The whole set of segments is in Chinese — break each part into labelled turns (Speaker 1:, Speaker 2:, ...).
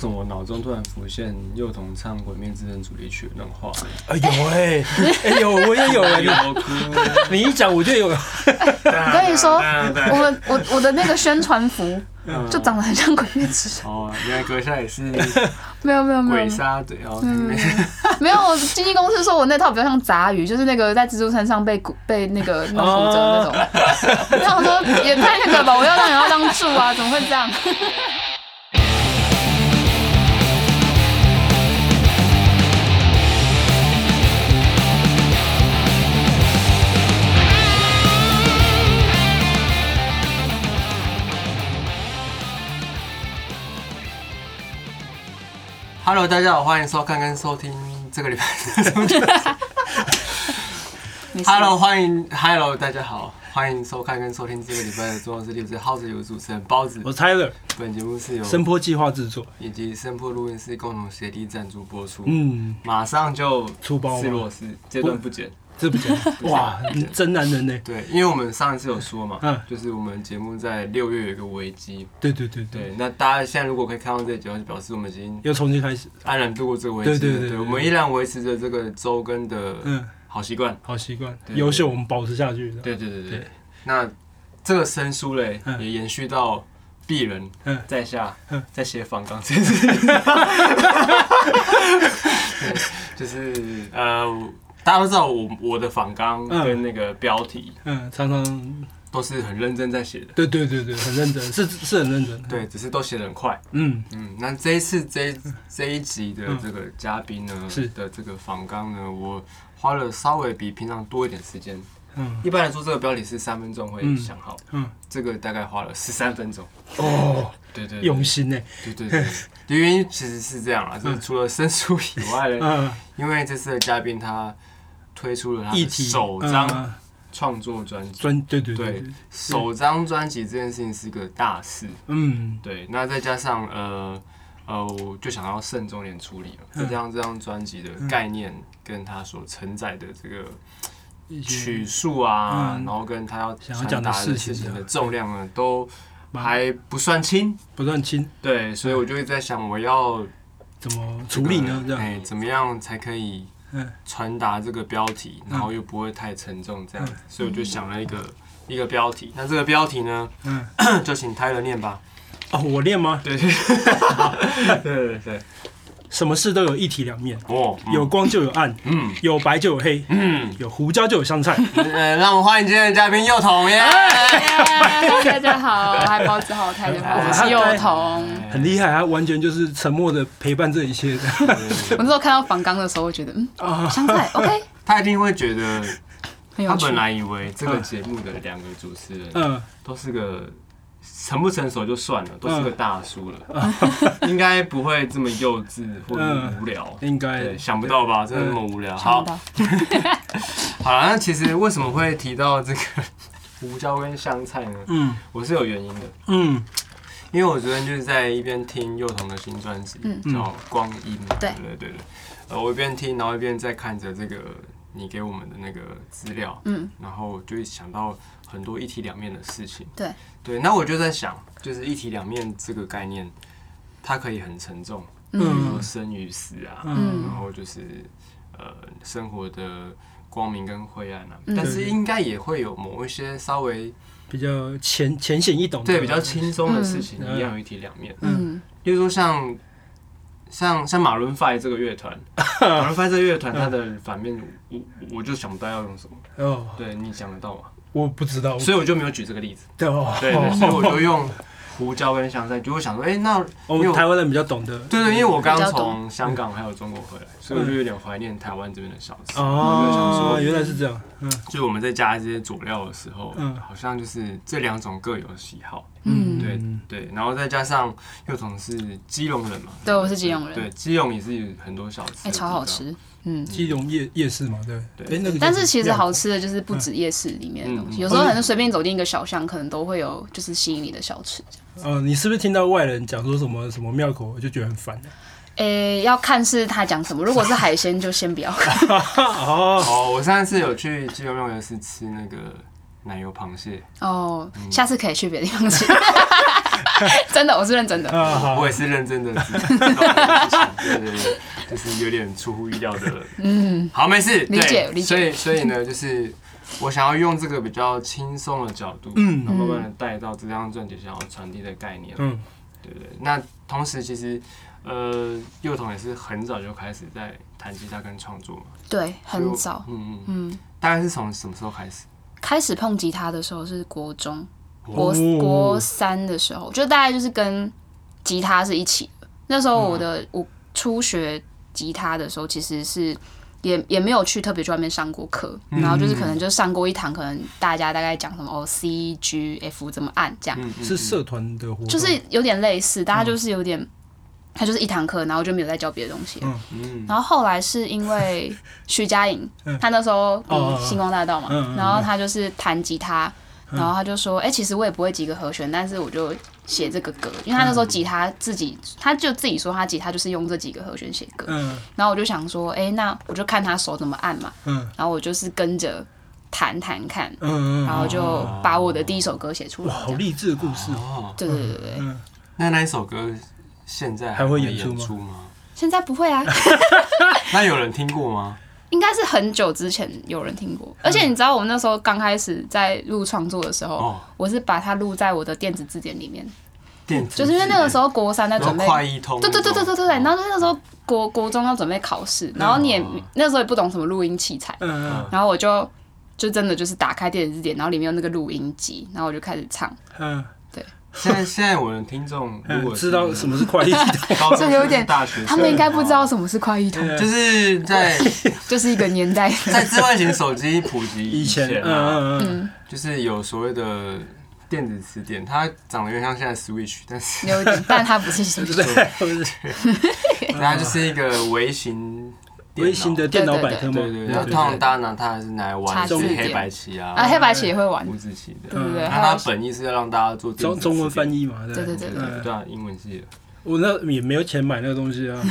Speaker 1: 从我脑中突然浮现幼童唱《鬼灭之刃》主题曲的那种画面，
Speaker 2: 哎有哎、哎有我也有哎、你
Speaker 1: 有 哭，
Speaker 2: 你一讲我就有，
Speaker 3: 我跟你说，我们我我的那个宣传服就长得很像鬼灭之刃。
Speaker 1: 哦，原来阁下也是
Speaker 3: 没有没有没有没
Speaker 1: 鬼
Speaker 3: 有
Speaker 1: 杀队哦，
Speaker 3: 没有，经纪公司说我那套比较像杂鱼，就是那个在蜘蛛山上被骨被那个弄骨折那种。那我说也太那个吧，我要让也要当柱啊，怎么会这样？
Speaker 1: Hello，大家好，欢迎收看跟收听这个礼拜的
Speaker 3: 没事
Speaker 1: Hello，欢迎 Hello，大家好，欢迎收看跟收听这个礼拜的中央视电视耗子有主持人包子
Speaker 2: 我。是 Tyler
Speaker 1: 本节目是由
Speaker 2: 声波计划制作，
Speaker 1: 以及声波录音室共同协力赞助播出。
Speaker 2: 嗯，
Speaker 1: 马上就
Speaker 2: 出包吗
Speaker 1: 是裸是这段不剪。
Speaker 2: 这不简单，哇，你真男人呢、欸
Speaker 1: 对，因为我们上一次有说嘛，
Speaker 2: 嗯
Speaker 1: 就是我们节目在六月有一个危机。
Speaker 2: 对对对对，
Speaker 1: 对，那大家现在如果可以看到这集，就表示我们已经
Speaker 2: 又重新开始，
Speaker 1: 安然度过这个危机了。
Speaker 2: 对对对对
Speaker 1: 我们依然维持着这个周更的
Speaker 2: 嗯，
Speaker 1: 好习惯。
Speaker 2: 好习惯，
Speaker 1: 对
Speaker 2: 优秀我们保持下去，
Speaker 1: 对对对对。
Speaker 2: 对
Speaker 1: 那这个生疏嘞，
Speaker 2: 嗯
Speaker 1: 也延续到鄙人
Speaker 2: 嗯
Speaker 1: 在下
Speaker 2: 嗯
Speaker 1: 在写仿纲这件 事情。对就是呃，大家都知道我我的仿纲
Speaker 2: 嗯
Speaker 1: 跟那个标题
Speaker 2: 嗯，常常，
Speaker 1: 都是很认真在写的，
Speaker 2: 对对对对，很认真，是是很认真，，
Speaker 1: 对，只是都写的很快。
Speaker 2: 嗯，
Speaker 1: 嗯，那这一次这一这一集的这个嘉宾呢，
Speaker 2: 是
Speaker 1: 的这个访纲呢，我花了稍微比平常多一点时间。
Speaker 2: 嗯
Speaker 1: 一般来说，这个标题是三分钟会
Speaker 2: 嗯
Speaker 1: 想好，
Speaker 2: 嗯，
Speaker 1: 这个大概花了十三 分钟。
Speaker 2: 哦，
Speaker 1: 对对
Speaker 2: 用心呢、欸
Speaker 1: 对对 对，对原因其实是这样啦，就是除了生疏 以外呢，
Speaker 2: 嗯，
Speaker 1: 因为这次的嘉宾他推出了他
Speaker 2: 议
Speaker 1: 的
Speaker 2: 题
Speaker 1: 首
Speaker 2: 嗯
Speaker 1: 张
Speaker 2: 嗯
Speaker 1: 创作专辑，
Speaker 2: 专，对对
Speaker 1: 对
Speaker 2: 对，对，
Speaker 1: 首张专辑这件事情是个大事。
Speaker 2: 嗯，
Speaker 1: 对，那再加上呃呃，我就想要慎重点处理了，再
Speaker 2: 嗯
Speaker 1: 加上这张专辑的概念跟它所承载的这个
Speaker 2: 一些
Speaker 1: 曲数啊，
Speaker 2: 嗯
Speaker 1: 然后跟他要
Speaker 2: 想要
Speaker 1: 传
Speaker 2: 讲的
Speaker 1: 达
Speaker 2: 事
Speaker 1: 事
Speaker 2: 情
Speaker 1: 情
Speaker 2: 啊
Speaker 1: 的重量呢，都
Speaker 2: 蛮
Speaker 1: 还不算轻。
Speaker 2: 不算轻，
Speaker 1: 对，所以我就一直在想，我要
Speaker 2: 怎么
Speaker 1: 这
Speaker 2: 处理呢？
Speaker 1: 个
Speaker 2: 这样，
Speaker 1: 哎，怎么样才可以
Speaker 2: 嗯
Speaker 1: 传达这个标题，然后又不会太沉重这样
Speaker 2: 嗯
Speaker 1: 子？所以我就想了一个一个标题。那这个标题呢，
Speaker 2: 嗯，
Speaker 1: 就请泰勒念吧。
Speaker 2: 哦，我练吗？
Speaker 1: 对 对对对，
Speaker 2: 什么事都有一体两面，
Speaker 1: 哦，嗯
Speaker 2: 有光就有暗，
Speaker 1: 嗯
Speaker 2: 有白就有 黑，
Speaker 1: 嗯，
Speaker 2: 有胡椒就有香菜。
Speaker 1: 呃，让我们欢迎今天的嘉宾幼童耶！
Speaker 3: 耶大家好，我还包子好，太久好，我是幼童。
Speaker 2: 很厉害，他完全就是沉默的陪伴这一切的。
Speaker 3: 我那时候看到仿纲的时候，我觉得嗯，
Speaker 1: 啊
Speaker 3: 香菜 OK，
Speaker 1: 他一定会觉得，
Speaker 3: 很有
Speaker 1: 他
Speaker 3: 趣
Speaker 1: 本。来以为这个节目的两个主持人
Speaker 2: 嗯，
Speaker 1: 都是个成不成熟就算了，都是个大叔了，应该不会这么幼稚或者无聊。
Speaker 2: 应该
Speaker 1: 对，想不到吧？真的那么无聊。
Speaker 3: 想
Speaker 1: 好
Speaker 3: 不，到
Speaker 1: 好了，那其实为什么会提到这个胡椒跟香菜呢？
Speaker 2: 嗯
Speaker 1: 我是有原因的，
Speaker 2: 嗯
Speaker 1: 因为我昨天就是在一边听幼童的新专辑，
Speaker 3: 嗯
Speaker 1: 叫《光阴》嘛，
Speaker 3: 对
Speaker 1: 对对对对，呃，我一边听，然后一边在看着这个你给我们的那个资料，
Speaker 3: 嗯，
Speaker 1: 然后就想到很多一体两面的事情，
Speaker 3: 对
Speaker 1: 对，那我就在想，就是一体两面这个概念，它可以很沉重，比如
Speaker 2: 嗯
Speaker 1: 说生与死啊，
Speaker 2: 嗯
Speaker 1: 然后就是呃生活的光明跟灰暗啊，
Speaker 3: 嗯
Speaker 1: 但是应该也会有某一些稍
Speaker 2: 嗯
Speaker 1: 微
Speaker 2: 比较浅浅显易懂的，
Speaker 1: 对比较轻松的事情，
Speaker 2: 嗯
Speaker 1: 一样有一体两面。
Speaker 3: 嗯
Speaker 1: 例如说像像像马伦 five 这个乐 团，马伦 five 这个乐团它的反面，我我我就想不到要用什么。
Speaker 2: 哦，
Speaker 1: 对你想得到吗？
Speaker 2: 我不知道，
Speaker 1: 所以我就没有举这个例子。
Speaker 2: 对哦，
Speaker 1: 对，对所以我就用胡椒跟香菜，就我想说，哎、那
Speaker 2: 我们台湾人比较懂得，
Speaker 1: 对对，因为我刚
Speaker 3: 比较懂
Speaker 1: 从香港还有中国回来，
Speaker 2: 嗯
Speaker 1: 所以我就有点怀念台湾这边的小吃。
Speaker 2: 哦，原来是这样，嗯
Speaker 1: 就是我们在加这些佐料的时候，
Speaker 2: 嗯
Speaker 1: 好像就是这两种各有喜好。
Speaker 3: 嗯，
Speaker 1: 对对，然后再加上幼童是基隆人嘛，
Speaker 3: 对，我是基隆人，
Speaker 1: 对，基隆也是很多小吃，
Speaker 3: 哎，超好。吃，嗯。
Speaker 2: 基隆夜夜市嘛，对，
Speaker 1: 对
Speaker 2: 哎那个叫
Speaker 3: 但是其
Speaker 2: 什
Speaker 3: 实
Speaker 2: 么
Speaker 3: 好吃的就是不止夜市里面的东
Speaker 1: 嗯
Speaker 3: 西，
Speaker 1: 嗯
Speaker 3: 有时候可能随便走进一个小巷，可能都会有就是吸引你的小吃。
Speaker 2: 呃，你是不是听到外人讲说什么什么庙口，我就觉得很烦？
Speaker 1: 嗯
Speaker 3: 诶、要看是他讲什么，如果是海鲜就先不要 看。
Speaker 2: 哦，
Speaker 1: 哦，我上次有去基隆肉圆是吃那个奶油螃蟹，嗯
Speaker 3: 哦，下次可以去别的地方吃。真的，我是认真的。
Speaker 2: 啊，好
Speaker 1: 我，也是认真的，知道这 件事情对对对，就是有点出乎意料的。
Speaker 3: 嗯，
Speaker 1: 好，没事，
Speaker 3: 理解
Speaker 1: 对
Speaker 3: 理解
Speaker 1: 所以所以呢，就是我想要用这个比较轻松的角度，嗯，
Speaker 2: 嗯
Speaker 1: 慢慢的带到这张专辑想要传递的概念，
Speaker 2: 嗯
Speaker 1: 对不对？那同时其实。呃，幼童也是很早就开始在弹吉他跟创作嘛，
Speaker 3: 对，
Speaker 1: 所以
Speaker 3: 很
Speaker 1: 我
Speaker 3: 早，，
Speaker 1: 嗯嗯，
Speaker 3: 嗯，
Speaker 1: 大概是从什么时候开始？
Speaker 3: 开始碰吉他的时候是国中，国、
Speaker 2: 哦
Speaker 3: 国三的时候，就大概就是跟吉他是一起的。那时候我的、我初学吉他的时候，其实是也也没有去特别去外面上过课，
Speaker 1: 嗯
Speaker 3: 然后就是可能就上过一堂，可能大家大概讲什么哦 C G F 怎么按这样，
Speaker 1: 嗯，嗯
Speaker 2: 是社团的活动，
Speaker 3: 就是有点类似，大家就是有点，他就是一堂课，然后就没有再教别的东西了。
Speaker 1: 嗯，
Speaker 3: 然后后来是因为徐佳莹，她那时候
Speaker 2: 哦
Speaker 3: 嗯星光大道嘛
Speaker 2: 嗯嗯，嗯嗯
Speaker 3: 然后她就是弹吉他，然后她就说：“哎，其实我也不会几个和弦，但是我就写这个歌，因为她那
Speaker 2: 嗯
Speaker 3: 时候吉他自己，她就自己说她吉他就是用这几个和弦写歌。
Speaker 2: 嗯
Speaker 3: 然后我就想说，哎，那我就看她手怎么按嘛，
Speaker 2: 嗯
Speaker 3: 然后我就是跟着弹弹看，
Speaker 2: 嗯嗯，
Speaker 3: 然后就把我的第一首歌写出
Speaker 2: 哇，
Speaker 3: 来。这
Speaker 2: 好
Speaker 3: 样
Speaker 2: 励志的故事哦，
Speaker 1: 哦，
Speaker 3: 对对对对对，
Speaker 2: 嗯，
Speaker 1: 那那一首歌现在
Speaker 2: 还会
Speaker 1: 演
Speaker 2: 演出吗
Speaker 1: 吗？
Speaker 3: 现在不会啊。”
Speaker 1: 那有人听过吗？
Speaker 3: 应该是很久之前有人听
Speaker 2: 嗯
Speaker 3: 过，而且你知道我那时候刚开始在录创作的时候，
Speaker 1: 哦
Speaker 3: 我是把它录在我的电子字典里面，
Speaker 1: 电子
Speaker 3: 就是因为那个时
Speaker 1: 候
Speaker 3: 候国三在准备，
Speaker 1: 快哦一通
Speaker 3: 对
Speaker 1: 那
Speaker 3: 对
Speaker 1: 种，
Speaker 3: 对对对对，然后就是那时候国国中要准备考试，然后你也、
Speaker 1: 嗯
Speaker 3: 那时候也不懂什么录音器材，
Speaker 2: 嗯嗯
Speaker 3: 然后我就就真的就是打开电子字典，然后里面有那个录音机，然后我就开始唱，
Speaker 2: 嗯
Speaker 1: 现在现在我的听众如果
Speaker 2: 嗯，知道什
Speaker 1: 么，
Speaker 2: 么是快递，
Speaker 1: 高中
Speaker 3: 这有点
Speaker 1: 大学生，哦
Speaker 3: 他们应该不知道什么是快译通，
Speaker 1: 就
Speaker 2: 就是
Speaker 1: 在
Speaker 3: 就是一个年代，
Speaker 1: 在智慧型手机普及
Speaker 2: 以前，
Speaker 1: 前
Speaker 2: 嗯
Speaker 1: 啊，
Speaker 2: 嗯嗯，
Speaker 3: 嗯，
Speaker 1: 就是有所谓的电子词典，它长得有点像现在 Switch，但是
Speaker 3: 有一点，但它不是手机
Speaker 2: 对，不是
Speaker 1: 它就是一个微型电脑
Speaker 2: 微型的电脑百
Speaker 1: 对
Speaker 2: 科吗？
Speaker 1: 对对，然后通常大家拿它还是拿来玩
Speaker 3: 插
Speaker 1: 一些
Speaker 3: 字典
Speaker 1: 黑白棋啊
Speaker 3: 啊，黑白棋也会玩，
Speaker 1: 五子棋的
Speaker 3: 对，对对，
Speaker 1: 那
Speaker 3: 还有
Speaker 1: 它本意是要让大家做电
Speaker 2: 中
Speaker 1: 子
Speaker 2: 中文
Speaker 1: 词典
Speaker 2: 翻译嘛，对
Speaker 3: 对对对
Speaker 1: 对
Speaker 2: 嗯
Speaker 1: 对啊，英文系的，
Speaker 2: 我那也没有钱买那个东西啊，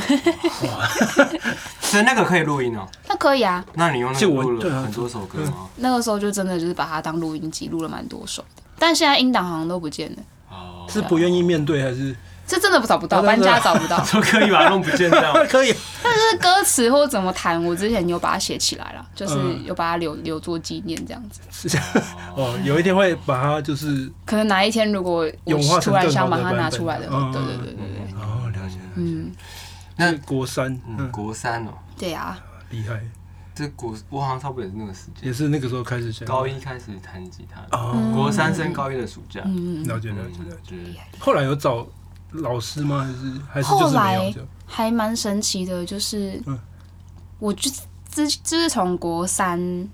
Speaker 1: 所以那个可以录音哦。
Speaker 3: 那可以啊，
Speaker 1: 那你用那个
Speaker 2: 就我
Speaker 1: 录
Speaker 2: 对
Speaker 1: 了
Speaker 2: 啊
Speaker 1: 很多首歌哦吗？
Speaker 3: 那个时候就真的就是把它当录音机录了蛮多首的，但现在音档好像都不见了，
Speaker 2: 嗯
Speaker 1: 哦，。
Speaker 2: 是不愿意面对还是？
Speaker 3: 这真的找不到，
Speaker 2: 啊真
Speaker 3: 搬
Speaker 2: 的
Speaker 3: 家找不到
Speaker 1: 说可以吧，弄不见这样。
Speaker 2: 可以，
Speaker 3: 但是歌词或怎么弹，我之前有把它写起来了，就是
Speaker 2: 嗯
Speaker 3: 有把它留留作纪念这样子。
Speaker 2: 是这样哦，有一天会把它就是
Speaker 3: 可能哪一天如果
Speaker 2: 有化
Speaker 3: 我
Speaker 2: 成
Speaker 3: 突然
Speaker 2: 更
Speaker 3: 想
Speaker 2: 好
Speaker 3: 把
Speaker 2: 的
Speaker 3: 它
Speaker 2: 版
Speaker 3: 拿
Speaker 2: 本
Speaker 3: 出来的话，
Speaker 2: 嗯
Speaker 3: 对
Speaker 2: 嗯
Speaker 3: 对对对对，
Speaker 1: 哦，了解。
Speaker 3: 嗯，
Speaker 1: 那
Speaker 2: 是国三，
Speaker 1: 嗯，
Speaker 2: 嗯，
Speaker 1: 国三哦，
Speaker 3: 对啊呀，
Speaker 2: 厉害，
Speaker 1: 这国我好像差不多也是那个时间，
Speaker 2: 也是那个时候开始学
Speaker 1: 高一开始弹吉他的，
Speaker 2: 哦，
Speaker 1: 国三升高一的暑假。
Speaker 3: 嗯，
Speaker 2: 了解
Speaker 1: 嗯
Speaker 2: 了解了解。
Speaker 1: 就是
Speaker 2: 后来有找老师吗？还是还是就是没有这样？
Speaker 3: 还蛮神奇的，就是
Speaker 2: 嗯
Speaker 3: 我就自自从国三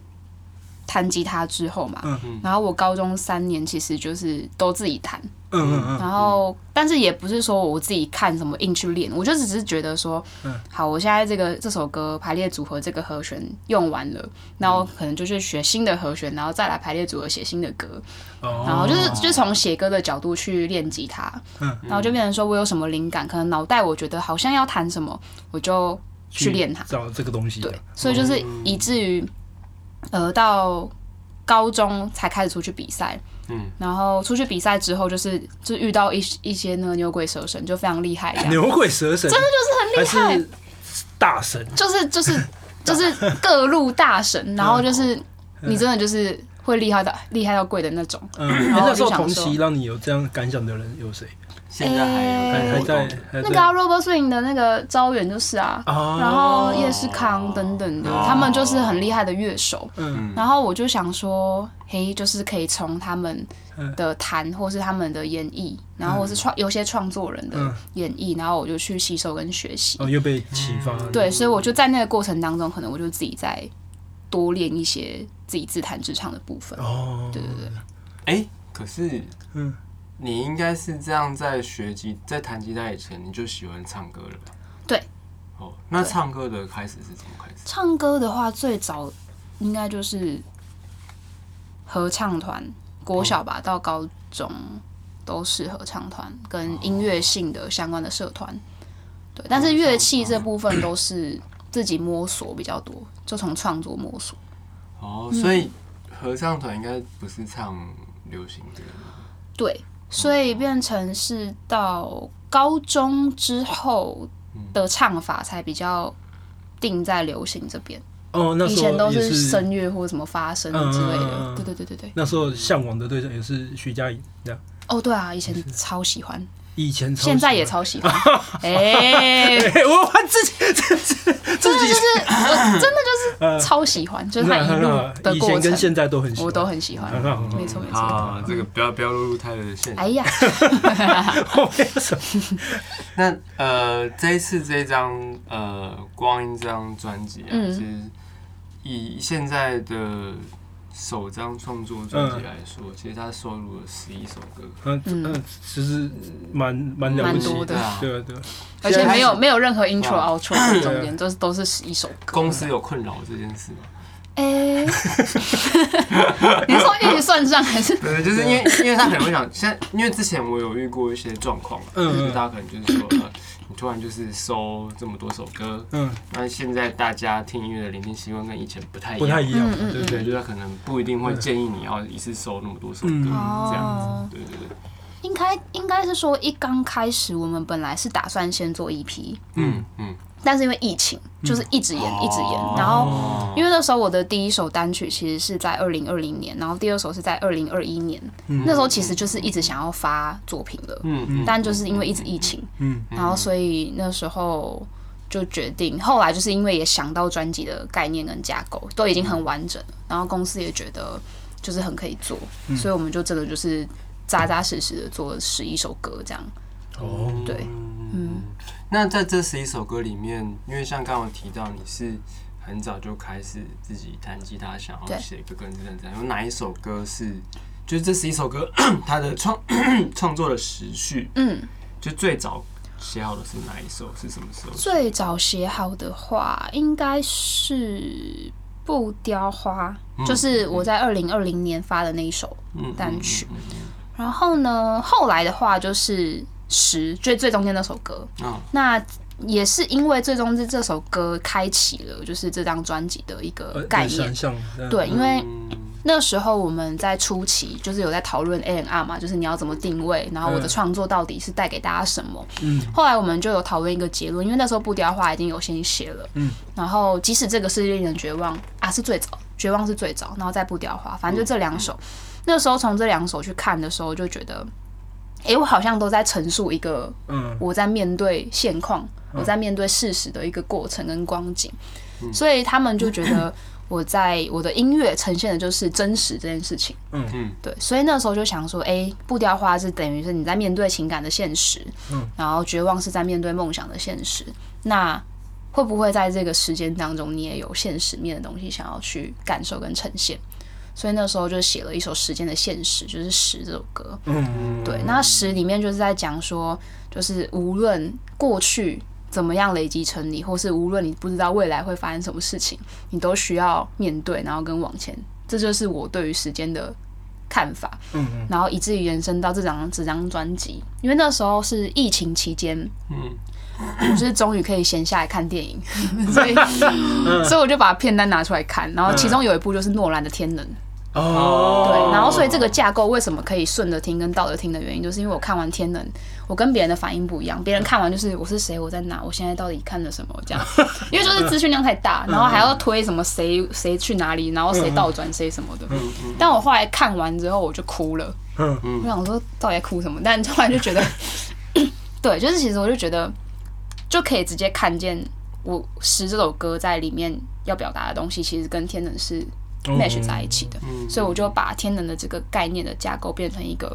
Speaker 3: 弹吉他之后嘛
Speaker 2: 嗯
Speaker 1: 嗯，
Speaker 3: 然后我高中三年其实就是都自己弹。
Speaker 2: 嗯嗯嗯
Speaker 3: 然后，但是也不是说我自己看什么硬去练，我就只是觉得说，
Speaker 2: 嗯
Speaker 3: 好，我现在这个这首歌排列组合这个和弦用完了，那
Speaker 2: 嗯
Speaker 3: 我可能就去学新的和弦，然后再来排列组合写新的歌，
Speaker 2: 哦，
Speaker 3: 然后就是就从写歌的角度去练吉他，
Speaker 2: 嗯
Speaker 3: 然后就变成说我有什么灵感，可能脑袋我觉得好像要弹什么，我就去练它，
Speaker 2: 找这个东西的
Speaker 3: 对，所以就是以至于，呃，到高中才开始出去比赛，
Speaker 1: 嗯，
Speaker 3: 然后出去比赛之后，就是就遇到一一些那个牛鬼蛇神，就非常厉害，这样
Speaker 2: 牛鬼蛇神，真的就是很厉害，大神，
Speaker 3: 就是就是 就是各路大神，然后就是
Speaker 2: 嗯
Speaker 3: 你真的就是会厉害到厉害到贵的那种，
Speaker 2: 嗯，
Speaker 3: 然后
Speaker 2: 那时候
Speaker 3: 我就想
Speaker 2: 同
Speaker 3: 说
Speaker 2: 期让你有这样感想的人有谁？
Speaker 1: 现在还
Speaker 2: 还
Speaker 1: 有
Speaker 2: 还在
Speaker 1: 活动
Speaker 2: 还
Speaker 3: 那个啊
Speaker 2: 在
Speaker 3: Robert Swing 的那个招远就是啊，
Speaker 2: 哦
Speaker 3: 然后叶世康等等的，
Speaker 1: 哦
Speaker 3: 他们就是很厉害的乐手。
Speaker 2: 嗯
Speaker 3: 然后我就想说，嘿，就是可以从他们
Speaker 2: 嗯
Speaker 3: 的弹，或是他们的演绎，然后或是创有些创作人的
Speaker 2: 嗯
Speaker 3: 演绎，然后我就去吸收跟学习。
Speaker 2: 哦又被启发了，
Speaker 3: 嗯对，所以我就在那个过程当中，可能我就自己再多练一些自己自弹自唱的部分。
Speaker 2: 哦，
Speaker 3: 对对对，
Speaker 1: 哎，可是
Speaker 2: 嗯，
Speaker 1: 你应该是这样，在学吉在弹吉他以前，你就喜欢唱歌了吧？
Speaker 3: 对。
Speaker 1: 哦，那
Speaker 3: 对
Speaker 1: 唱歌的开始是怎么开始？
Speaker 3: 唱歌的话，最早应该就是合唱团，国小吧、到高中都是合唱团跟音乐性的相关的社团。对，但是乐器这部分都是自己摸索比较多，就从创作摸索。
Speaker 1: 嗯哦，所以合唱团应该不是唱流行歌吗，
Speaker 3: 对，所以变成是到高中之后的唱法才比较定在流行这边，
Speaker 2: 哦，那
Speaker 3: 以
Speaker 2: 时
Speaker 3: 前都
Speaker 2: 候也
Speaker 3: 是
Speaker 2: 是
Speaker 3: 声乐或什么发声之类
Speaker 2: 嗯嗯
Speaker 3: 的
Speaker 2: 嗯嗯。
Speaker 3: 对对对对对。
Speaker 2: 那时候向往的对象也是徐佳莹，这样
Speaker 3: 哦，对啊，以前超喜欢，
Speaker 2: 以前超
Speaker 3: 现在也
Speaker 2: 喜
Speaker 3: 超喜欢。
Speaker 2: 欢，
Speaker 3: 哎，
Speaker 2: 哎我我自己自己
Speaker 3: 真的
Speaker 2: 自
Speaker 3: 就
Speaker 2: 己
Speaker 3: 是 我真的就
Speaker 2: 呃
Speaker 3: 是超喜欢，就是他
Speaker 2: 那
Speaker 3: 一路
Speaker 2: 那
Speaker 3: 的
Speaker 2: 以
Speaker 3: 过
Speaker 2: 前跟
Speaker 3: 程，
Speaker 2: 现在都很喜欢，
Speaker 3: 我都很喜欢
Speaker 2: 很。好很好
Speaker 3: 没错没错。
Speaker 1: 啊，这个不要不要落入太的陷阱。
Speaker 3: 嗯 哎呀，
Speaker 2: 我哦没有什么
Speaker 1: 那呃，这一次这张呃《光阴》这张专辑啊，
Speaker 3: 嗯
Speaker 1: 其实以现在的首张创作专辑来说，其实它收录了十一首歌，
Speaker 2: 嗯
Speaker 3: 嗯
Speaker 2: 嗯，其实蛮蛮了不
Speaker 3: 蛮
Speaker 2: 起
Speaker 3: 多的
Speaker 1: 对啊。
Speaker 2: 对啊对啊，
Speaker 3: 而且没
Speaker 1: 现
Speaker 3: 有
Speaker 1: 在是
Speaker 3: 没有任何 intro
Speaker 1: 哇
Speaker 3: outro 在中间，都是都是一首歌。
Speaker 1: 公司有困扰这件事吗？
Speaker 3: 哎， 你是说一起算账还是？
Speaker 1: 对，就是因为因为他可能会想，现在因为之前我有遇过一些状况，
Speaker 2: 嗯
Speaker 1: 就是大家可能就是说，呃，你突然就是收这么多首歌，
Speaker 2: 嗯，
Speaker 1: 那现在大家听音乐的聆听习惯跟以前不太一样，
Speaker 2: 不太一样
Speaker 3: 嗯，嗯
Speaker 2: 对不
Speaker 1: 对，
Speaker 2: 对？
Speaker 1: 就是他可能不一定会建议你要一次收那么多首歌、
Speaker 2: 嗯
Speaker 1: 这样
Speaker 3: 哦
Speaker 1: 子，对对对，
Speaker 3: 应该应该是说一刚开始，我们本来是打算先做 EP，
Speaker 1: 嗯嗯，
Speaker 3: 但是因为疫情，就是一直延、
Speaker 2: 哦
Speaker 3: 一直延，然后。
Speaker 1: 后
Speaker 3: 因为那时候我的第一首单曲其实是在二零二零年，然后第二首是在二零二一年。那时候其实就是一直想要发作品的，
Speaker 1: 嗯嗯
Speaker 3: 但就是因为一直疫情，
Speaker 2: 嗯，
Speaker 3: 然后所以那时候就决定，后来就是因为也想到专辑的概念跟架构都已经很完整了，然后公司也觉得就是很可以做，所以我们就真的就是扎扎实实的做十一首歌这样。
Speaker 2: 哦，
Speaker 3: 对，
Speaker 1: 嗯。那在这十一首歌里面，因为像刚刚有提到你是很早就开始自己弹吉他，想要
Speaker 3: 对
Speaker 1: 写歌跟这样子，有哪一首歌是就是这十一首歌 它的创创作的时序，
Speaker 3: 嗯，
Speaker 1: 就最早写好的是哪一首，是什么时候？
Speaker 3: 最早写好的话，应该是《不雕花》就是我在二零二零年发的那一首
Speaker 1: 嗯嗯
Speaker 3: 单曲。
Speaker 1: 嗯
Speaker 3: 然后呢，后来的话就是《十》，最最中间那首歌。
Speaker 1: 嗯
Speaker 3: 那也是因为最终这这首歌开启了，就是这张专辑的一
Speaker 2: 呃
Speaker 3: 个概念
Speaker 2: 想。象，嗯
Speaker 3: 对，因为
Speaker 1: 嗯
Speaker 3: 那时候我们在初期就是有在讨论 A N R 嘛，就是你要怎么定位，然后我的
Speaker 2: 嗯
Speaker 3: 创作到底是带给大家什么。
Speaker 2: 嗯，
Speaker 3: 后来我们就有讨论一个结论，因为那时候布雕花已经有先写了，
Speaker 2: 嗯，
Speaker 3: 然后即使这个是令人绝望啊，是最早，绝望是最早，然后再布雕花，反正就这两首。那时候从这两首去看的时候，就觉得，诶，我好像都在陈述一个
Speaker 2: 嗯
Speaker 3: 我在面对现况，我在面对事实的一个过程跟光景，
Speaker 2: 嗯
Speaker 3: 所以他们就觉得 我在我的音乐呈现的就是真实这件事情。
Speaker 2: 嗯
Speaker 1: 嗯，
Speaker 3: 对，所以那时候就想说，哎、不雕花是等于是你在面对情感的现实，
Speaker 2: 嗯，
Speaker 3: 然后绝望是在面对梦想的现实。那会不会在这个时间当中，你也有现实面的东西想要去感受跟呈现？所以那时候就写了一首《时间的现实》，就是《十》这首歌。
Speaker 2: 嗯，
Speaker 3: 对，那十里面就是在讲说，就是无论过去怎么样累积成你，或是无论你不知道未来会发生什么事情，你都需要面对，然后跟往前。这就是我对于时间的看法，
Speaker 2: 嗯嗯
Speaker 3: 然后以至于延伸到这张这张专辑，因为那时候是疫情期间，
Speaker 1: 嗯
Speaker 3: 我就是终于可以闲下来看电影， 所以所以我就把片单拿出来看，然后其中有一部就是诺兰的《天能》。
Speaker 2: 哦，
Speaker 3: 对，然后所以这个架构为什么可以顺着听跟倒着听的原因，就是因为我看完《天能》，我跟别人的反应不一样，别人看完就是我是谁，我在哪，我现在到底看了什么这样，因为就是资讯量太大，然后还要推什么谁谁去哪里，然后谁倒转谁什么的。但我后来看完之后我就哭了，
Speaker 2: 嗯
Speaker 3: 我想说到底在哭什么，但后来就觉得，对，就是其实我就觉得就可以直接看见我《十》这首歌在里面要表达的东西，其实跟《天能》是 match 在一起的。
Speaker 1: 嗯
Speaker 3: 所以我就把天能的这个概念的架构变成一个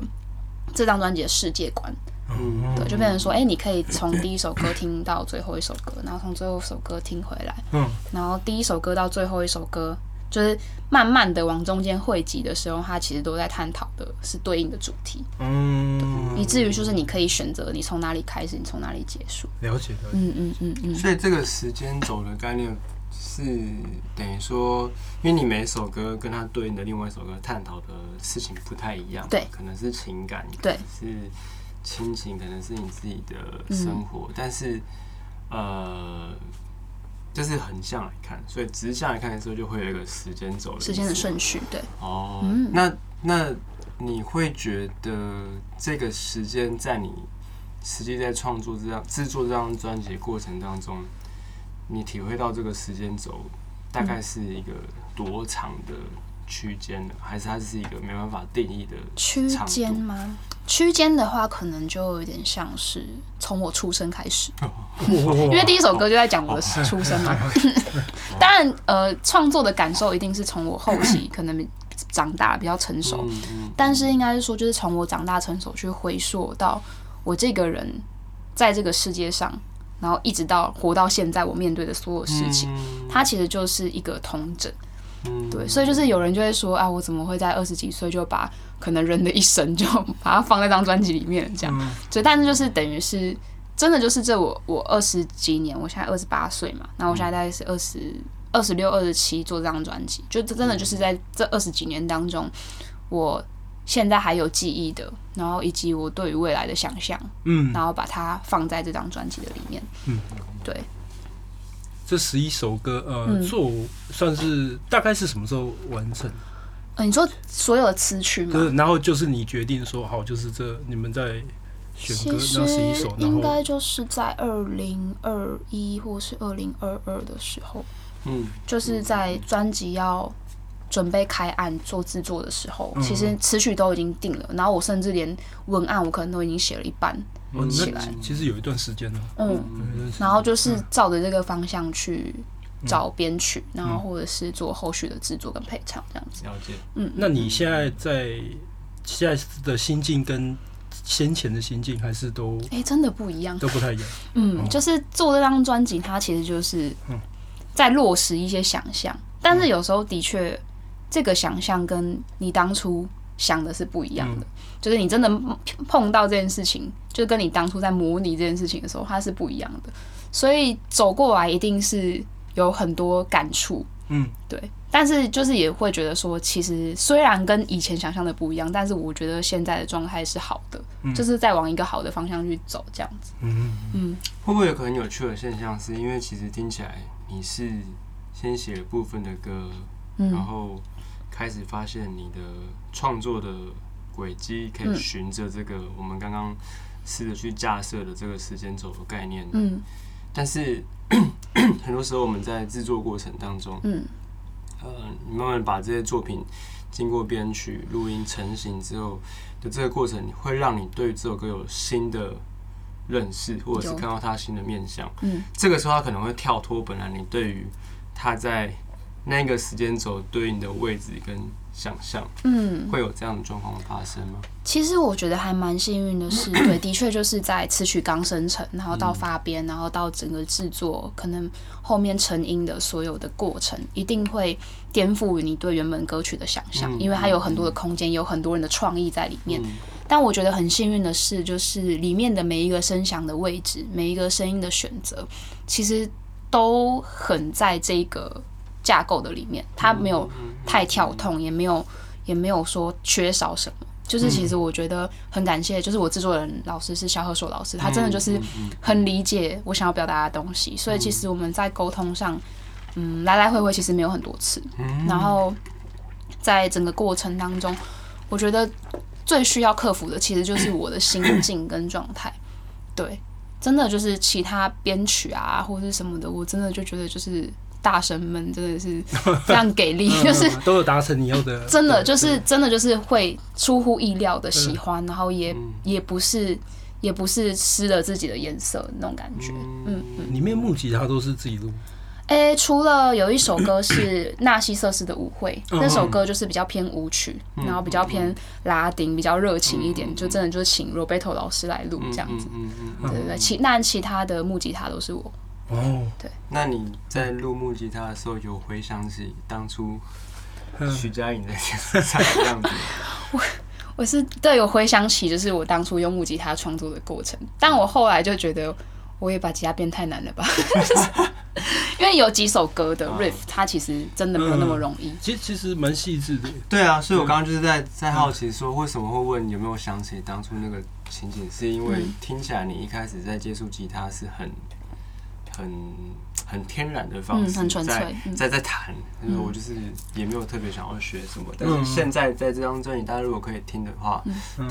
Speaker 3: 这张专辑的世界观，
Speaker 2: 哦
Speaker 1: 嗯
Speaker 3: 对，就变成说，哎、你可以从第一首歌听到最后一首歌，然后从最后一首歌听回来，
Speaker 2: 嗯，
Speaker 3: 然后第一首歌到最后一首歌，就是慢慢的往中间汇集的时候，它其实都在探讨的是对应的主题，
Speaker 2: 嗯，
Speaker 3: 以至于就是你可以选择你从哪里开始，你从哪里结束，
Speaker 2: 了解了解，
Speaker 3: 嗯嗯嗯嗯，
Speaker 1: 所以这个时间轴的概念是等于说，因为你每首歌跟它对应的另外一首歌探讨的事情不太一样，
Speaker 3: 对
Speaker 1: 可能是情感，
Speaker 3: 对，
Speaker 1: 是亲情，可能是你自己的生活，
Speaker 3: 嗯
Speaker 1: 但是呃，就是横向来看，所以直向来看的时候，就会有一个时间轴，
Speaker 3: 时间的顺序，对，
Speaker 1: 哦，那那你会觉得这个时间在你实际在创作这张制作这张专辑的过程当中，你体会到这个时间轴大概是一个多长的区间呢？还是它是一个没办法定义的？
Speaker 3: 区间吗？区间的话，可能就有点像是从我出生开始， 因为第一首歌就在讲我的出生嘛。 当然，呃，创作的感受一定是从我后期可能长大比较成熟，
Speaker 1: 嗯嗯，
Speaker 3: 但是应该是说，就是从我长大成熟去回溯到我这个人在这个世界上，然后一直到活到现在，我面对的所有事情，
Speaker 1: 嗯
Speaker 3: 它其实就是一个通整。
Speaker 1: 嗯
Speaker 3: 对，所以就是有人就会说啊，我怎么会在二十几岁就把可能人的一生就把它放在张专辑里面这样？
Speaker 2: 嗯
Speaker 3: 所以但是就是等于是真的就是这我我二十几年，我现在二十八岁嘛，那我现在大概是二十二十六、二十七做这张专辑，就这真的就是在这二十几年当中，我现在还有记忆的，然后以及我对于未来的想象，
Speaker 2: 嗯，
Speaker 3: 然后把它放在这张专辑的里面。
Speaker 2: 这十一首歌，呃，
Speaker 3: 嗯
Speaker 2: 做算是大概是什么时候完成？
Speaker 3: 呃，你说所有的词曲吗？
Speaker 2: 就是然后就是你决定说好，就是这你们在选歌，
Speaker 3: 其实
Speaker 2: 然后十一首，然
Speaker 3: 应
Speaker 2: 后
Speaker 3: 该就是在二零二一或是二零二二的时候，
Speaker 1: 嗯
Speaker 3: 就是在专辑要准备开案做制作的时候，
Speaker 2: 嗯
Speaker 3: 其实词曲都已经定了，然后我甚至连文案我可能都已经写了一半，
Speaker 2: 哦
Speaker 1: 嗯
Speaker 3: 起
Speaker 2: 那
Speaker 3: 来
Speaker 2: 其实有一段时间了，
Speaker 3: 嗯，
Speaker 2: 有一段时间
Speaker 3: 然后
Speaker 2: 嗯
Speaker 3: 就是照着这个方向去找编曲，然
Speaker 2: 嗯
Speaker 3: 后或者是做后续的制作跟配唱这样子。
Speaker 1: 了解。
Speaker 3: 嗯，
Speaker 2: 那你现在在现在的心境跟先前的心境还是都
Speaker 3: 哎、真的不一样。
Speaker 2: 都不太一样，
Speaker 3: 嗯
Speaker 2: 哦，嗯
Speaker 3: 就是做这张专辑，它其实就是在落实一些想象，但是有时候的确，这个想象跟你当初想的是不一样的。
Speaker 2: 嗯
Speaker 3: 就是你真的碰到这件事情，就跟你当初在模拟这件事情的时候，它是不一样的。所以走过来一定是有很多感触，
Speaker 2: 嗯，
Speaker 3: 对。但是就是也会觉得说，其实虽然跟以前想象的不一样，但是我觉得现在的状态是好的，就是在往一个好的方向去走，这样子。
Speaker 2: 嗯，
Speaker 3: 嗯，
Speaker 1: 会不会有个很有趣的现象是，因为其实听起来你是先写了部分的歌，
Speaker 3: 嗯
Speaker 1: 然后开始发现你的创作的轨迹可以
Speaker 3: 嗯
Speaker 1: 循着这个我们刚刚试着去架设的这个时间轴的概念，
Speaker 3: 嗯
Speaker 1: 但是 很多时候我们在制作过程当中，
Speaker 3: 嗯
Speaker 1: 呃，你慢慢把这些作品经过编曲、录音、成型之后的这个过程，会让你对这首歌有新的认识，或者是
Speaker 3: 有
Speaker 1: 看到它新的面相。
Speaker 3: 嗯，
Speaker 1: 这个时候它可能会跳脱本来你对于它在那个时间轴对应的位置跟想象，
Speaker 3: 嗯，
Speaker 1: 会有这样的状况发生吗？
Speaker 3: 其实我觉得还蛮幸运的 是，对，的确就是在词曲刚生成，然后到发编，然后到整个制作，可能后面成音的所有的过程，一定会颠覆你对原本歌曲的想象，
Speaker 1: 嗯
Speaker 3: 因为它有很多的空间，有很多人的创意在里面。
Speaker 1: 嗯
Speaker 3: 但我觉得很幸运的是，就是里面的每一个声响的位置，每一个声音的选择，其实都很在这个架构的里面，它没有太跳痛，也没有也没有说缺少什么。就是其实我觉得很感谢，就是我制作人老师是肖鹤硕老师，他
Speaker 1: 嗯
Speaker 3: 真的就是很理解我想要表达的东西，所以其实我们在沟通上，嗯，来来回回其实没有很多次，
Speaker 1: 嗯
Speaker 3: 然后在整个过程当中，我觉得最需要克服的其实就是我的心境跟状态，对，真的就是其他编曲啊或是什么的，我真的就觉得就是大神们真 的是非常给力，就是
Speaker 2: 嗯都有达成你要的，
Speaker 3: 真的
Speaker 2: 对嗯
Speaker 3: 就是真的就是会出乎意料的喜欢，然后也也不是也不是失了自己的颜色那种感觉。嗯嗯，
Speaker 2: 里面木吉他都是自己录，
Speaker 3: 诶，除了有一首歌是纳西瑟斯的舞会，
Speaker 2: 嗯
Speaker 3: 那首歌就是比较偏舞曲，
Speaker 1: 嗯
Speaker 3: 然后比较偏拉丁，比较热情一点，就真的就是请 Roberto 老师来录这样子。
Speaker 1: 嗯嗯嗯
Speaker 3: 对对对，其那其他的木吉他都是我。
Speaker 2: 哦，
Speaker 1: 那你在录木吉他的时候，有回想起当初
Speaker 2: 嗯
Speaker 1: 徐佳莹在电视上的样子吗？
Speaker 3: 我是对有回想起，就是我当初用木吉他创作的过程，但我后来就觉得，我也把吉他变太难了 吧，因为有几首歌
Speaker 1: 哦
Speaker 3: 的 riff，它其实真的没有那么
Speaker 1: 嗯
Speaker 3: 容易。
Speaker 2: 其实其实蛮细致的，
Speaker 1: 对啊，所以我刚刚就是在在好奇说，为什么会问有没有想起当初那个情嗯景，是因为听起来你一开始在接触吉他是很很很天然的方
Speaker 3: 嗯，
Speaker 1: 式，
Speaker 3: 很纯
Speaker 1: 在
Speaker 3: 粹，嗯
Speaker 1: 在在谈，
Speaker 3: 嗯
Speaker 1: 因为我就是也没有特别想要学什么，但是现在在这张专辑，大家如果可以听的话，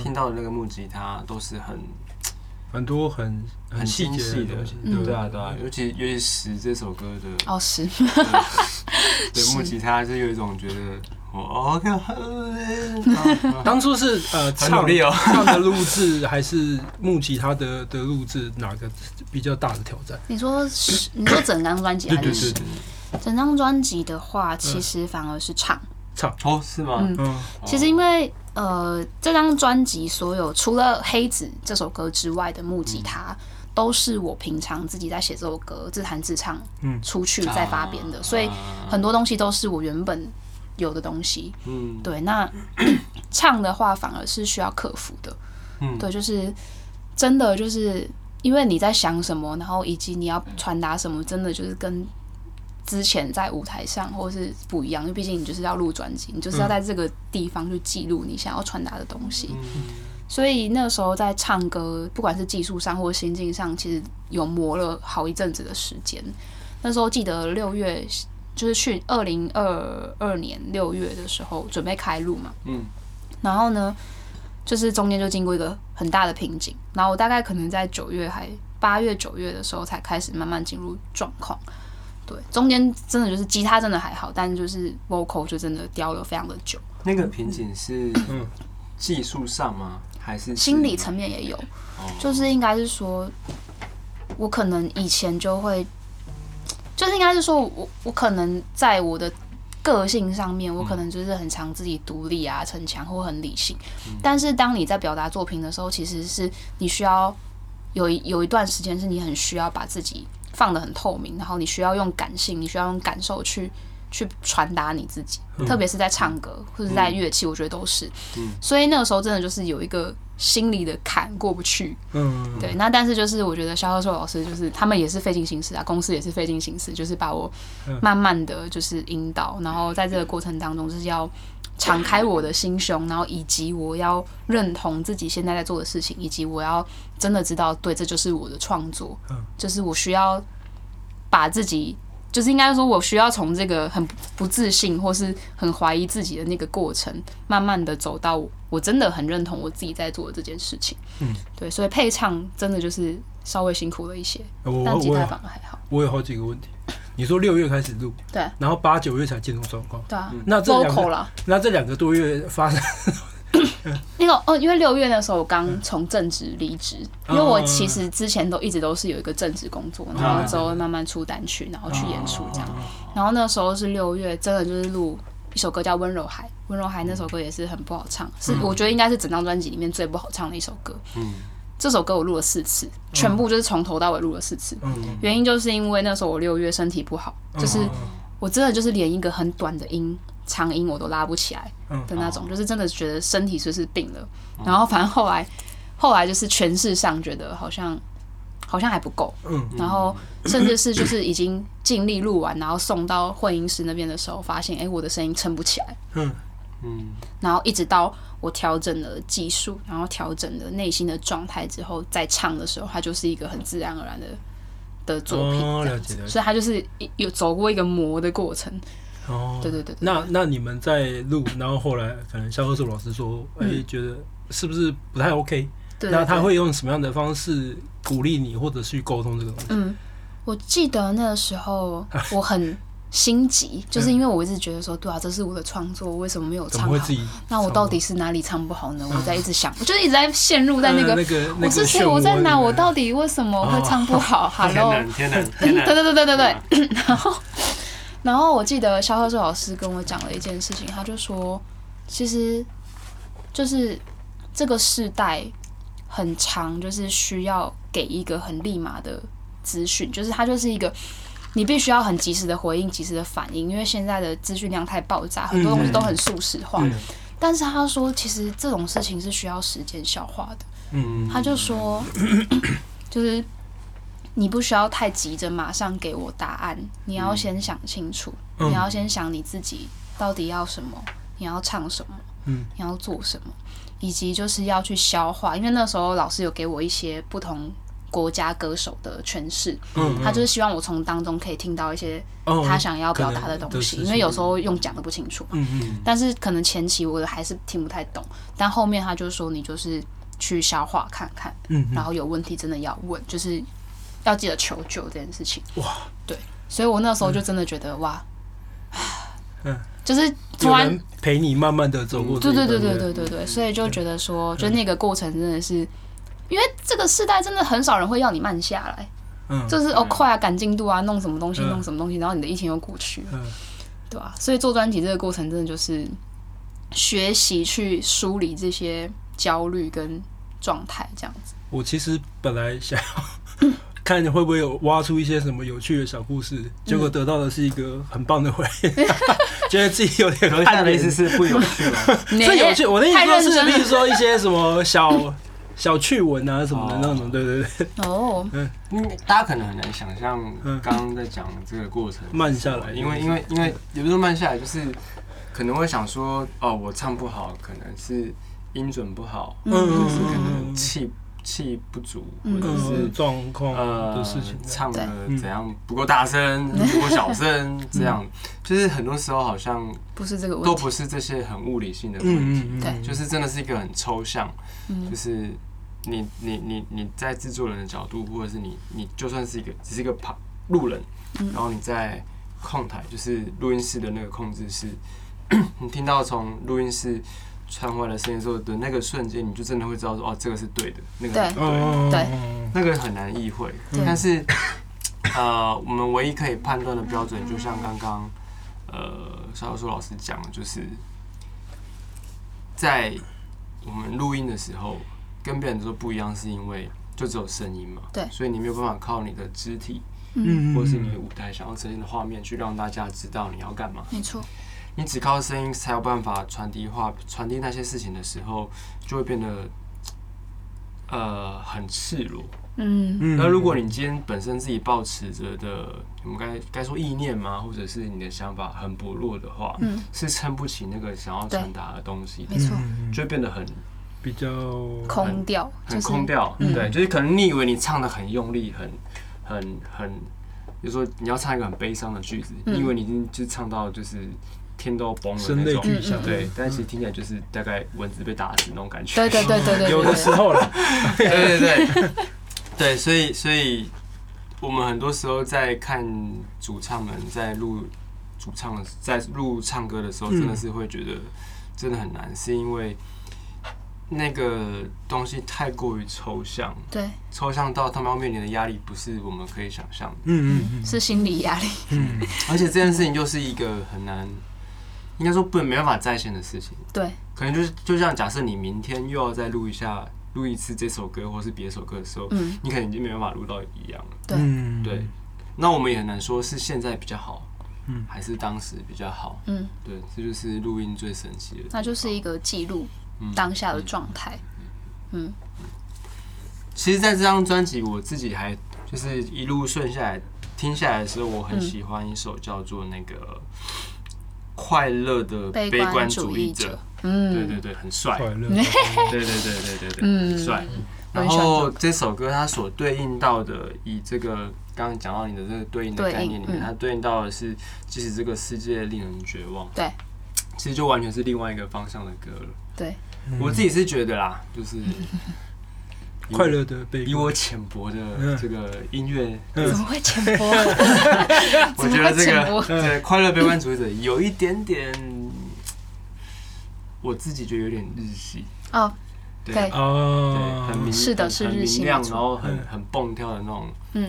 Speaker 1: 听
Speaker 2: 嗯，
Speaker 1: 到的那个木吉他都是很
Speaker 2: 很多很
Speaker 1: 很
Speaker 2: 细
Speaker 1: 精
Speaker 2: 节
Speaker 1: 细
Speaker 2: 的
Speaker 1: 的
Speaker 2: 东西，，
Speaker 3: 嗯
Speaker 1: 对啊对啊，尤其尤其是这首歌的
Speaker 3: 哦，是，
Speaker 1: 对木吉他，是有一种觉得我哦，好
Speaker 2: 当初是呃
Speaker 1: 啊很努
Speaker 2: 唱
Speaker 1: 力哦，
Speaker 2: 唱的录制还是木吉他的的录制，哪个比较大的挑战？
Speaker 3: 你说是，你说整张专辑还
Speaker 2: 对
Speaker 3: 是
Speaker 2: 对
Speaker 3: 整张专辑的话，其实反而是唱。
Speaker 1: 嗯哦是吗？
Speaker 3: 嗯
Speaker 2: 嗯
Speaker 3: 其实因为呃，这张专辑所有除了《黑子》这首歌之外的木吉他，
Speaker 1: 嗯
Speaker 3: 都是我平常自己在写这首歌，自弹自唱，
Speaker 2: 嗯
Speaker 3: 出去再发编的，
Speaker 1: 啊
Speaker 3: 所以很多东西都是我原本有的东西。
Speaker 1: 嗯
Speaker 3: 对， 那唱的话反而是需要克服的。
Speaker 1: 嗯
Speaker 3: 对，就是真的就是因为你在想什么，然后以及你要传达什么，真的就是跟之前在舞台上或是不一样，因为毕竟你就是要录专辑，你就是要在这个地方去记录你想要传达的东西。
Speaker 1: 嗯
Speaker 3: 所以那时候在唱歌，不管是技术上或心境上，其实有磨了好一阵子的时间。那时候记得六月，就是去二零二二年六月的时候准备开录嘛，
Speaker 1: 嗯
Speaker 3: 然后呢，就是中间就经过一个很大的瓶颈，然后我大概可能在九月还八月九月的时候才开始慢慢进入状况。对，中间真的就是吉他真的还好，但就是 vocal 就真的雕了非常的久，
Speaker 1: 那个瓶颈是
Speaker 2: 嗯
Speaker 1: 技术上吗？还是
Speaker 3: 心理层面也有，就是应该是说，我可能以前就会，就是应该是说我我可能在我的个性上面，我可能就是很常自己独立啊、逞强或很理性。但是当你在表达作品的时候，其实是你需要有一有一段时间是你很需要把自己放得很透明，然后你需要用感性，你需要用感受去去传达你自己，特别是在唱歌或者在乐器，我觉得都是。
Speaker 1: 嗯
Speaker 3: 所以那个时候真的就是有一个心里的坎过不去。
Speaker 2: 嗯，
Speaker 3: 对，那但是就是我觉得肖教授老师就是他们也是费尽心思啊，公司也是费尽心思，就是把我
Speaker 2: 嗯
Speaker 3: 慢慢的就是引导，然后在这个过程当中就是要敞开我的心胸，然后以及我要认同自己现在在做的事情，以及我要真的知道，对，这就是我的创作，
Speaker 2: 嗯
Speaker 3: 就是我需要把自己。就是应该说，我需要从这个很不自信或是很怀疑自己的那个过程，慢慢的走到我我真的很认同我自己在做的这件事情。对，所以配唱真的就是稍微辛苦了一些，
Speaker 2: 我我
Speaker 3: 但吉他
Speaker 2: 我
Speaker 3: 反而还好。
Speaker 2: 我有好几个问题。你说六月开始录，
Speaker 3: 对
Speaker 2: 然后八九月才进入状况，
Speaker 3: 对啊
Speaker 1: 嗯
Speaker 2: 那这两
Speaker 3: ，vocal
Speaker 2: 个
Speaker 3: 啦，
Speaker 2: 那这两个多月发生，
Speaker 3: 那个哦，因为六月那时候我刚从正职离职，因为我
Speaker 2: 嗯
Speaker 3: 其实之前都一直都是有一个正职工作，然后之后慢慢出单曲，然后去演出
Speaker 1: 哦
Speaker 3: 这样。然后那时候是六月，真的就是录一首歌叫《温柔海》，《温柔海》那首歌也是很不好唱，是我觉得应该是整张专辑里面最不好唱的一首歌。
Speaker 1: 嗯
Speaker 3: 这首歌我录了四次，全部就是从头到尾录了四次。
Speaker 2: 嗯，
Speaker 3: 原因就是因为那时候我六月身体不好，就是我真的就是连一个很短的音、长音我都拉不起来
Speaker 2: 嗯哦
Speaker 3: 的那种，就是真的觉得身体就是病了。然后反正后来，后来就是诠释上觉得好像好像还不 够，
Speaker 2: 嗯
Speaker 3: 然后甚至是就是已经尽力录完，然后送到混音师那边的时候，发现哎、诶我的声音撑不起来，
Speaker 2: 嗯
Speaker 1: 嗯
Speaker 3: 然后一直到我调整了技术，然后调整了内心的状态之后，再唱的时候，它就是一个很自然而然的的作品，
Speaker 2: 哦
Speaker 3: 这样
Speaker 2: 了解
Speaker 3: 子
Speaker 2: 了解
Speaker 3: 所以它就是一有走过一个磨的过程。
Speaker 2: 哦
Speaker 3: 对对对对
Speaker 2: 那那你们在录，然后后来可能肖教授老师说，哎、觉得是不是不太 OK？
Speaker 3: 嗯对，
Speaker 2: 那
Speaker 3: 对
Speaker 2: 他
Speaker 3: 对
Speaker 2: 会用什么样的方式鼓励你，或者去沟通这个东西？
Speaker 3: 嗯，我记得那时候 我很心急，就是因为我一直觉得说，对啊，这是我的创作，为什么没有
Speaker 2: 怎么
Speaker 3: 唱
Speaker 2: 会
Speaker 3: 好
Speaker 2: 自？己？
Speaker 3: 那我到底是哪里唱不好呢？我在一直想，我就是一直在陷入在那
Speaker 2: 呃
Speaker 3: 个
Speaker 2: 那个那
Speaker 3: 我
Speaker 2: 个
Speaker 3: 是
Speaker 2: 漩
Speaker 3: 谁？
Speaker 2: 涡
Speaker 3: 我在
Speaker 2: 里
Speaker 3: 哪？
Speaker 2: 面
Speaker 3: 我到底为什么会唱 不好
Speaker 1: 天
Speaker 3: ？Hello，
Speaker 1: 然天然天
Speaker 3: 对对
Speaker 1: 然
Speaker 3: 对对对对
Speaker 1: 啊。
Speaker 3: 然后我记得肖教授老师跟我讲了一件事情，他就说，其实就是这个世代很长，就是需要给一个很立马的资讯，就是它就是一个你必须要很及时的回应、及时的反应，因为现在的资讯量太爆炸，很多东西都很速食化。
Speaker 2: 嗯
Speaker 3: 但是他说，其实这种事情是需要时间消化的。
Speaker 2: 嗯
Speaker 3: 他就说， 就是你不需要太急着马上给我答案，你要先想清楚，
Speaker 2: 嗯
Speaker 3: 你要先想你自己到底要什么，你要唱什么，
Speaker 2: 嗯
Speaker 3: 你要做什么，以及就是要去消化，因为那时候老师有给我一些不同国家歌手的诠释，
Speaker 2: 嗯，
Speaker 3: 他就是希望我从当中可以听到一些
Speaker 2: 哦
Speaker 3: 他想要表达的东
Speaker 2: 可
Speaker 3: 西，
Speaker 2: 能
Speaker 3: 因为有时候用讲的不清楚嘛。
Speaker 2: 嗯嗯
Speaker 3: 但是可能前期我还是听不太懂，但后面他就说你就是去消化看看，
Speaker 2: 嗯嗯，
Speaker 3: 然后有问题真的要问，就是要记得求救这件事情。
Speaker 2: 哇，
Speaker 3: 对，所以我那时候就真的觉得、哇，
Speaker 2: 嗯，
Speaker 3: 就是突
Speaker 2: 有
Speaker 3: 然
Speaker 2: 人陪你慢慢的走过这
Speaker 3: 对
Speaker 2: 一
Speaker 3: 对
Speaker 2: 段，
Speaker 3: 对对
Speaker 2: 不
Speaker 3: 对对对，所以就觉得说，
Speaker 2: 嗯
Speaker 3: 就那个过程真的是，因为这个世代真的很少人会要你慢下来，
Speaker 2: 嗯，
Speaker 3: 就是哦
Speaker 1: 嗯
Speaker 3: 快啊，赶进度啊，弄什么东西
Speaker 2: 嗯
Speaker 3: 弄什么东西，然后你的一天又过去了，
Speaker 2: 嗯
Speaker 3: 对吧、所以做专辑这个过程真的就是学习去梳理这些焦虑跟状态，这样 子。
Speaker 2: 我其实本来想要
Speaker 3: 嗯
Speaker 2: 看会不会有挖出一些什么有趣的小故事，结
Speaker 3: 嗯
Speaker 2: 果得到的是一个很棒的回应， 觉得自己有 点
Speaker 1: 留下的意思是不有趣吗？
Speaker 2: 这有趣，我的意
Speaker 3: 哎太
Speaker 2: 思是，
Speaker 3: 认真
Speaker 2: 例如
Speaker 3: 了
Speaker 2: 说一些什么小 小趣闻啊什么的
Speaker 1: 哦
Speaker 2: 那种，对对对，
Speaker 3: 哦，
Speaker 1: 嗯，大家可能很难想象
Speaker 2: 嗯
Speaker 1: 刚刚在讲这个过程，
Speaker 2: 慢下来
Speaker 1: 因为因为因为也不是说慢下来，就是可能会想说，哦，我唱不好，可能是音准不好，
Speaker 2: 嗯嗯
Speaker 1: 是可
Speaker 2: 嗯
Speaker 1: 能气气不足，或
Speaker 3: 嗯
Speaker 1: 者
Speaker 2: 嗯
Speaker 1: 是
Speaker 2: 状况
Speaker 1: 呃
Speaker 2: 的事情，啊
Speaker 1: 唱的
Speaker 2: 对
Speaker 1: 怎样不够大声，不够小 声，这样就是很多时候好像
Speaker 3: 不是这个
Speaker 1: 都
Speaker 3: 问题，
Speaker 1: 不是这些很物理性的问题，
Speaker 2: 嗯嗯嗯，
Speaker 3: 对
Speaker 1: 就是真的是一个很抽象，
Speaker 3: 嗯
Speaker 1: 就是你你你你在制作人的角度，或者是你你就算是一个只是一个旁路人，
Speaker 3: 嗯
Speaker 1: 然后你在控台，就是录音室的那个控制室， 你听到从录音室传回来的声音的时候的那个瞬间，你就真的会知道说哦，这个是对的，那个是不对的，
Speaker 2: 嗯，
Speaker 3: 对
Speaker 2: 嗯
Speaker 1: 那个很难意会。
Speaker 3: 对
Speaker 1: 但是呃，我们唯一可以判断的标准，就像刚刚呃小树老师讲的，就是在我们录音的时候跟别人说不一样，是因为就只有声音嘛，
Speaker 3: 对
Speaker 1: 所以你没有办法靠你的肢体
Speaker 2: 嗯，
Speaker 1: 或是你的舞台想要呈现的画面去让大家知道你要干嘛，
Speaker 3: 没错，
Speaker 1: 你只靠声音才有办法传递话，传递那些事情的时候，就会变得呃很赤裸。
Speaker 3: 嗯
Speaker 2: 嗯
Speaker 1: 那如果你今天本身自己抱持着的，我们该该说意念吗？或者是你的想法很薄弱的话，
Speaker 3: 嗯，
Speaker 1: 是撑不起那个想要传达的东西的，
Speaker 3: 没错，
Speaker 2: 嗯嗯嗯
Speaker 1: 就会变得很
Speaker 2: 比较
Speaker 3: 空掉，
Speaker 1: 很
Speaker 3: 就是
Speaker 1: 空掉。
Speaker 2: 嗯
Speaker 1: 对，就是可能你以为你唱的很用力，很很很，比如说你要唱一个很悲伤的句子，
Speaker 3: 嗯
Speaker 1: 你以为你已经就唱到就是天都崩了
Speaker 2: 声
Speaker 1: 那
Speaker 2: 泪
Speaker 1: 种，
Speaker 2: 俱下，
Speaker 1: 对，但其实听起来就是大概蚊子被打死那种感觉。
Speaker 3: 嗯对对对对对对，
Speaker 2: 有的时候了，
Speaker 1: 对对对，对，所以所以我们很多时候在看主唱们在录主唱的在录唱歌的时候，
Speaker 2: 嗯
Speaker 1: 真的是会觉得真的很难，是因为那个东西太过于抽象，
Speaker 3: 对，
Speaker 1: 抽象到他们要面临的压力不是我们可以想象的，
Speaker 2: 嗯嗯
Speaker 3: 嗯
Speaker 2: 嗯
Speaker 3: 是心理压力，
Speaker 2: 嗯，
Speaker 1: 而且这件事情又是一个很难，应该说不没办法再现的事情。
Speaker 3: 对，
Speaker 1: 可能就是就像假设你明天又要再录一下录一次这首歌或是别首歌的时候，
Speaker 3: 嗯，
Speaker 1: 你可能已经没办法录到一样了。
Speaker 3: 对
Speaker 2: 嗯
Speaker 1: 对，那我们也很难说是现在比较好，
Speaker 2: 嗯
Speaker 1: 还是当时比较好。
Speaker 3: 嗯，
Speaker 1: 对，这就是录音最神奇的地方。
Speaker 3: 那就是一个记录
Speaker 1: 嗯
Speaker 3: 当下的状态，
Speaker 1: 其实，在这张专辑，我自己还就是一路顺下来听下来的时候，我很
Speaker 3: 嗯
Speaker 1: 喜欢一首叫做那个《快乐的
Speaker 3: 悲
Speaker 1: 悲观
Speaker 3: 观
Speaker 1: 主
Speaker 3: 义
Speaker 1: 义者》。对
Speaker 3: 嗯，
Speaker 1: 对对，很帅。
Speaker 2: 快乐，
Speaker 1: 对对对对对对，
Speaker 3: 嗯
Speaker 1: 很帅。
Speaker 3: 我
Speaker 1: 然
Speaker 3: 很喜欢这
Speaker 1: 后
Speaker 3: 首
Speaker 1: 这首歌它所对应到的，以这个刚刚讲到你的这个对应的
Speaker 3: 对
Speaker 1: 概
Speaker 3: 应
Speaker 1: 念里面，
Speaker 3: 嗯
Speaker 1: 它对应到的是，即使这个世界令人绝望，
Speaker 3: 对，
Speaker 1: 其实就完全是另外一个方向的歌了。
Speaker 3: 对，
Speaker 2: 嗯
Speaker 1: 我自己是觉得啦，就是以
Speaker 2: 快乐的悲
Speaker 1: 以我浅薄的这个音乐，
Speaker 3: 怎么会浅薄？
Speaker 1: 我觉得这
Speaker 3: 啊怎么
Speaker 1: 个
Speaker 3: 会浅
Speaker 1: 这
Speaker 3: 薄
Speaker 1: 个快乐悲观主义者有一点点，我自己觉得有点日系，
Speaker 3: 哦，
Speaker 1: 对对，
Speaker 3: 对，
Speaker 2: 啊
Speaker 1: 很，明
Speaker 3: 是的
Speaker 1: 很
Speaker 3: 是
Speaker 1: 很
Speaker 3: 日系
Speaker 1: 明亮，
Speaker 3: 没错
Speaker 1: 然后很
Speaker 2: 嗯
Speaker 1: 很蹦跳的那种，
Speaker 3: 嗯，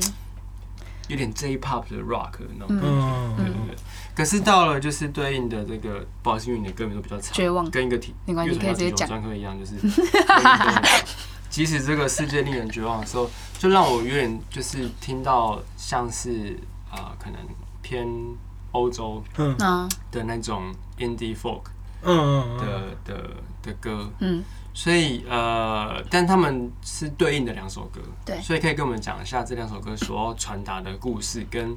Speaker 1: 有点 J-pop 的 rock 的那种。
Speaker 3: 嗯
Speaker 1: 对
Speaker 2: 嗯
Speaker 1: 对对。可是到了就是对应的这个，不好意思，因为你的歌名都比较长，
Speaker 3: 绝望，
Speaker 1: 跟一个体
Speaker 3: 没关系
Speaker 1: 乐团要
Speaker 3: 可以直接
Speaker 1: 体
Speaker 3: 讲
Speaker 1: 球专科一样，就是 即使这个世界令人绝望的时候，就让我有点就是听到像是啊、呃可能偏欧洲
Speaker 2: 嗯
Speaker 3: 嗯
Speaker 1: 的那种 indie folk
Speaker 2: 嗯嗯嗯
Speaker 1: 的的的歌，
Speaker 3: 嗯，
Speaker 1: 所以呃，但他们是对应的两首歌，
Speaker 3: 对
Speaker 1: 所以可以跟我们讲一下这两首歌所要传达的故事跟